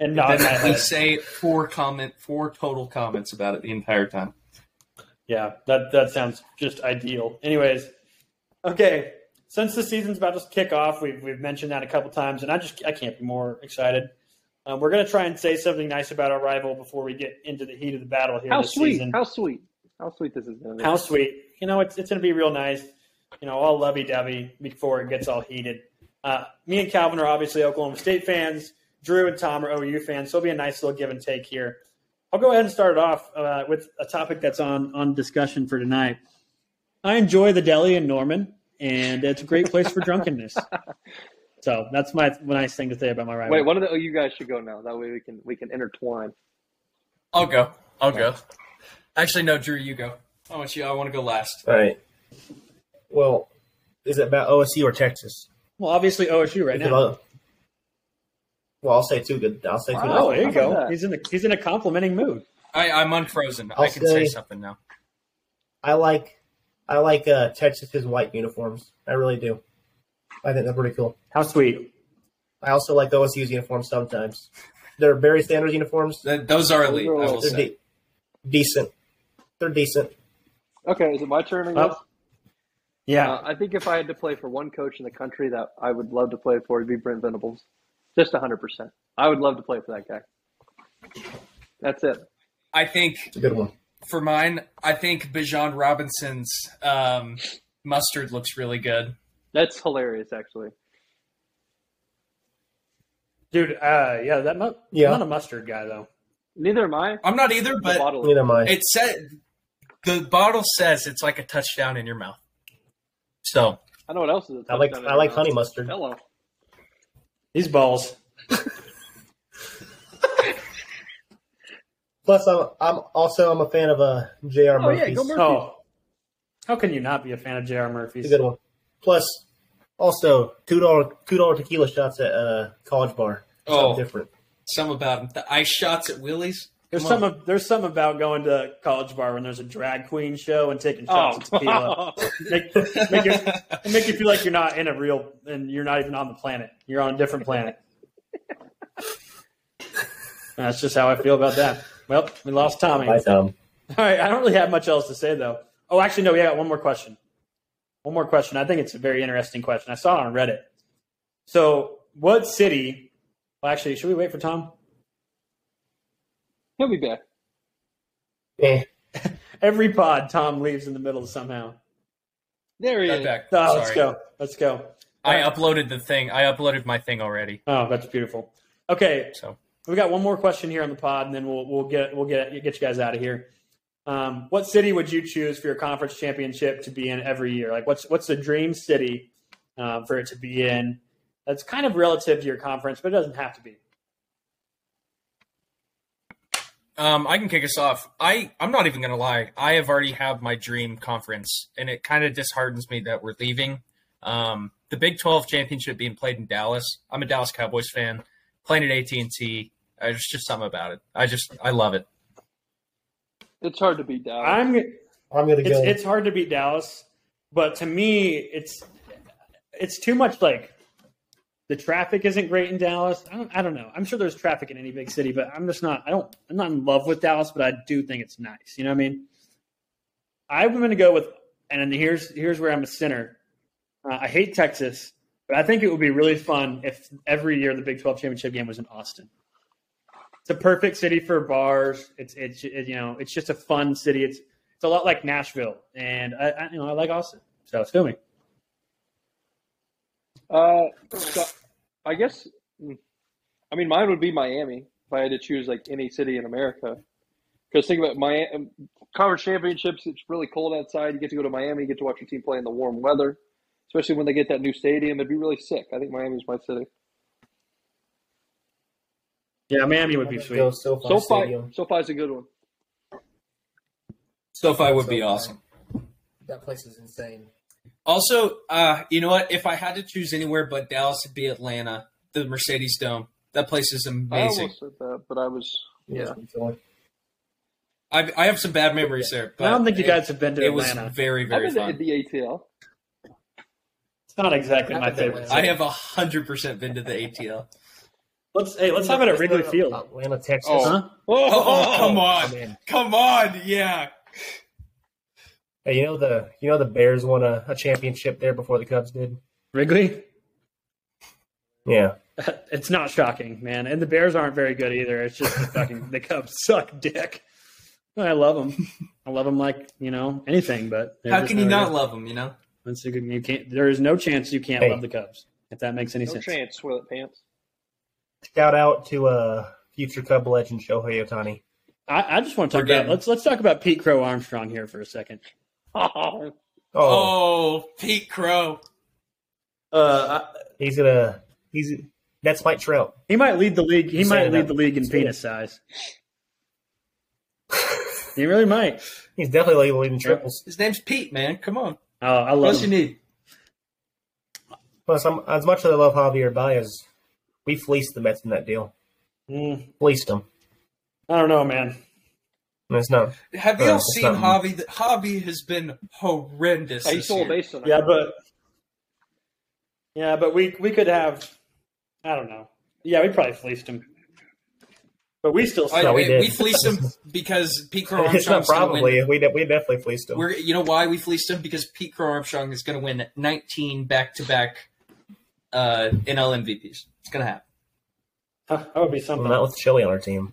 F: and
J: And
F: not in my
J: then we
F: head.
J: say four comment, four total comments about it the entire time.
F: Yeah, that that sounds just ideal. Anyways, okay. Since the season's about to kick off, we've we've mentioned that a couple times, and I just I can't be more excited. Um, we're gonna try and say something nice about our rival before we get into the heat of the battle here
L: How
F: this
L: sweet.
F: season.
L: How sweet. How sweet this is going to be.
F: How sweet. You know, it's, it's going to be real nice. You know, all lovey dovey before it gets all heated. Uh, me and Calvin are obviously Oklahoma State fans. Drew and Tom are OU fans. So it'll be a nice little give and take here. I'll go ahead and start it off uh, with a topic that's on, on discussion for tonight. I enjoy the deli in Norman, and it's a great place for (laughs) drunkenness. So that's my nice thing to say about my rival.
L: Wait, one of the OU guys should go now. That way we can we can intertwine.
J: I'll go. I'll go. Actually, no, Drew, you go. I want you. I want to go last.
K: All right. Well, is it about OSU or Texas?
F: Well, obviously OSU right
K: Because
F: now.
K: I'll- well, I'll say two good. I'll say two.
F: Oh,
K: good.
F: there you go. He's in a, he's in a complimenting mood.
J: I, I'm unfrozen. i
K: I'll
J: can say
K: say-
J: something now.
K: I like, I like uh, Texas's white uniforms. I really do. I think they're pretty cool.
F: How sweet.
K: I also like OSU's uniforms sometimes. They're Barry Sanders uniforms.
J: Th- those are elite. I will
K: They're
J: say.
K: de- decent. They're decent.
L: Okay, is it my turn? I guess?
F: Oh, Yeah.
L: Uh, I think if I had to play for one coach in the country that I would love to play for, it'd be Brent Venables. Just 100%. I would love to play for that guy. That's it.
J: I think
K: It's a good one.
J: for mine, I think Bijan Robinson's um, mustard looks really good.
L: That's hilarious, actually.
F: Dude, uh, yeah, that mu-
K: Yeah.
F: I'm not a mustard guy though.
L: Neither am I.
J: I'm not either,
L: The
J: but
L: bottle is-
K: Neither am I.
J: it said the bottle says it's like a touchdown in your mouth. So
L: I know what else is. a
K: I like
L: touchdown
K: I like
L: in
K: honey
L: my mouth.
K: mustard.
L: Hello.
F: These balls.
K: Plus, I'm, I'm also I'm a fan of uh, J.R.
L: Oh, yeah,
K: Murphy's.
L: go Murphy.
F: Oh, how can you not be a fan of J.R.
K: It's
F: Murphy's?
K: a good one. Plus, also two dollar two dollar tequila shots at uh, College Bar. Something
J: Oh.
K: different.
J: some about him. the ice shots at Willie's.
F: There's
J: Come
F: some
J: on.
F: of, there's some about going to college bar when there's a drag queen show and taking
L: oh.
F: shots
L: (laughs)
F: of tequila. Make, make you, it make you feel like you're not in a real and you're not even on the planet. You're on a different planet. That's just how I feel about that. Well, we lost Tommy.
K: Bye, Tom.
F: All right, I don't really have much else to say though. Oh, actually, no, we got one more question. One more question. I think it's a very interesting question. I saw it on Reddit. So, what city? Well, actually, should we wait for Tom?
L: He'll be back.
K: Yeah.
F: Every pod, Tom leaves in the middle somehow.
I: There he
J: I'm
I: is.
J: back.
F: Oh,
J: Sorry.
F: let's go. Let's go.
J: I uploaded the thing. I uploaded my thing already.
F: Oh, that's beautiful. Okay,
J: so
F: we got one more question here on the pod, and then we'll we'll get we'll get get you guys out of here. Um, what city would you choose for your conference championship to be in every year? Like, what's what's the dream city um, for it to be in? That's kind of relative to your conference, but it doesn't have to be.
J: Um, I can kick us off. I I'm not even gonna lie. I have already have my dream conference, and it kind of disheartens me that we're leaving. Um, the Big 12 championship being played in Dallas. I'm a Dallas Cowboys fan. Playing at AT and T. There's just something about it. I just I love it.
L: It's hard to beat Dallas.
F: I'm
K: I'm gonna
F: it's,
K: go.
F: it's hard to beat Dallas, but to me, it's it's too much. Like the traffic isn't great in Dallas. I don't I don't know. I'm sure there's traffic in any big city, but I'm just not. I don't. I'm not in love with Dallas, but I do think it's nice. You know what I mean? I'm going to go with, and here's here's where I'm a sinner. Uh, I hate Texas, but I think it would be really fun if every year the Big 12 championship game was in Austin. It's a perfect city for bars. It's it's it, you know it's just a fun city. It's it's a lot like Nashville, and I, I you know I like Austin, so it's me.
L: Uh, so I guess, mm, I mean, mine would be Miami if I had to choose like any city in America. Because think about Miami conference championships. It's really cold outside. You get to go to Miami. You get to watch your team play in the warm weather, especially when they get that new stadium. It'd be really sick. I think Miami's my city.
F: Yeah, Miami would be
K: I'm
F: sweet.
K: gonna go SoFi
L: SoFi,
K: Stadium.
L: SoFi's a good one.
J: SoFi would be
K: SoFi.
J: awesome.
K: That place is insane.
J: Also, uh, you know what? If I had to choose anywhere but Dallas, it'd be Atlanta. The Mercedes Dome. That place is
L: I
J: amazing.
F: Oh,
L: almost said that, but I was yeah.
J: I, I have some bad memories there. But
F: I don't think you
J: it-
F: guys have been to
J: It
F: Atlanta.
J: was very very
L: I've been
J: fun.
L: to the ATL.
F: It's not exactly my
K: Not that
F: favorite.
K: way.
J: I have hundred percent been to
F: (laughs)
J: the ATL.
F: Let's hey, let's have it at Wrigley Field.
K: Atlanta, Texas.
J: Oh.
F: Huh?
J: Oh, come
K: Oh, man.
J: on, come on, yeah.
K: Hey, you know the you know the Bears won a, a championship there before the Cubs did.
F: Wrigley?
K: Yeah.
F: (laughs) It's not shocking, man. And the Bears aren't very good either. It's
J: (laughs)
F: just the fucking the Cubs suck dick. I love them. I love them like you know anything, but they're
J: How
F: just
J: can you
F: never
J: not
F: good.
J: love them? You know.
F: That's a good- you can't. There is no chance you can't
K: Hey.
F: love the Cubs if that makes any
L: No
F: sense.
L: chance, toilet pants.
K: Shout out to uh future Cub legend Shohei Otani.
F: I, I just want to talk
J: We're
F: about
J: getting-
F: let's let's talk about Pete Crow Armstrong here for a second.
L: (laughs) Oh,
K: Oh,
J: Oh, Pete Crow.
F: Uh,
K: he's gonna he's that's Mike Trout.
F: He might lead the league. He
K: Just
F: might
K: saying
F: lead
K: that.
F: the league in
K: Just saying.
F: penis size. he really might.
K: He's definitely leading triples.
J: His name's Pete, man. Come on.
F: Oh, I
J: What
F: love
J: else you
F: him.
J: need?
K: Plus, I'm, as much as I love Javier Baez, we fleeced the Mets in that deal.
F: Mm,
K: Fleeced them.
F: I don't know, man.
K: And it's not.
J: Have you
K: Uh,
J: all
K: it's
J: seen
K: not-
J: Javi? Javi has been horrendous.
L: he
J: this
L: stole a
J: year.
L: base tonight.
F: Yeah, but yeah, but we we could have. I don't know. Yeah, we probably fleeced him, but we still.
J: I,
K: No, we
J: we,
K: did.
J: we
F: (laughs)
J: fleeced him because Pete Crow
K: It's not
J: Armstrong's going to
K: probably.
J: win.
K: We, de- we definitely fleeced them.
J: We're, you know why we fleeced him? Because Pete Crow Armstrong is going to win 19 back-to-back uh, NL MVPs. It's going to happen.
F: that would be something.
K: Not with Chili on our team.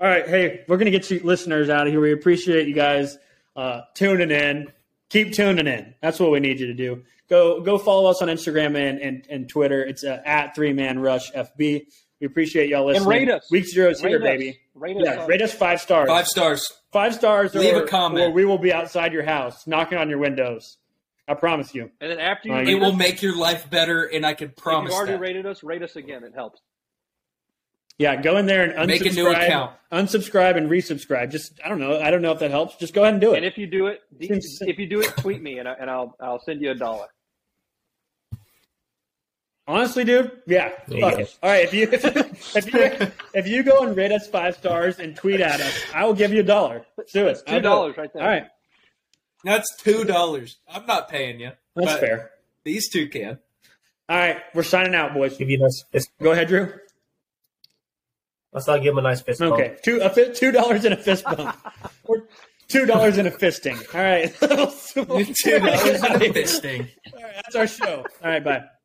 F: All right, hey, we're gonna get you listeners out of here. We appreciate you guys uh, tuning in. Keep tuning in. That's what we need you to do. Go go follow us on Instagram and and, and Twitter. It's uh, at Three Man Rush FB. We appreciate y'all listening.
L: and rate us.
F: Week zero is
L: Rate
F: here,
L: us.
F: baby.
L: Rate us.
F: Yeah, rate us five stars.
J: Five stars.
F: Five stars.
J: Leave
F: or,
J: a comment.
F: Or we will be outside your house, knocking on your windows. I promise you.
L: And then after you,
F: It
L: rate
J: It will
L: us,
J: make your life better, and I can
L: if you've
J: promise
L: already
J: that.
L: rated us. Rate us again. It helps.
F: Yeah, go in there and unsubscribe,
J: Make a new account.
F: unsubscribe, and resubscribe. Just I don't know. I don't know if that helps. Just go ahead and do it.
L: And if you do it, d-
F: Seems sick.
L: if you do it, tweet me and, I, and I'll I'll send you a dollar.
F: Honestly, dude, yeah.
K: Yeah.
F: Fuck it. All right, if you if,
J: (laughs)
F: you if you go and rate us five stars and tweet at us, I will give you a dollar. Let's do it.
L: Two
F: I'll do it.
L: dollars right there.
F: All right,
J: That's two dollars. I'm not paying you.
F: that's
J: but
F: fair.
J: These two can.
F: (laughs) All right, we're signing out, boys.
K: Give you a nice fist.
F: Go ahead, Drew.
K: Let's not give him a nice fist.
J: Oh.
K: bump.
F: Okay, two a fi- two dollars and a fist
J: (laughs)
F: bump. or two dollars and a fisting. All right, (laughs)
J: Two dollars (laughs) and a fist sting.
F: All right, that's our show. All right, bye.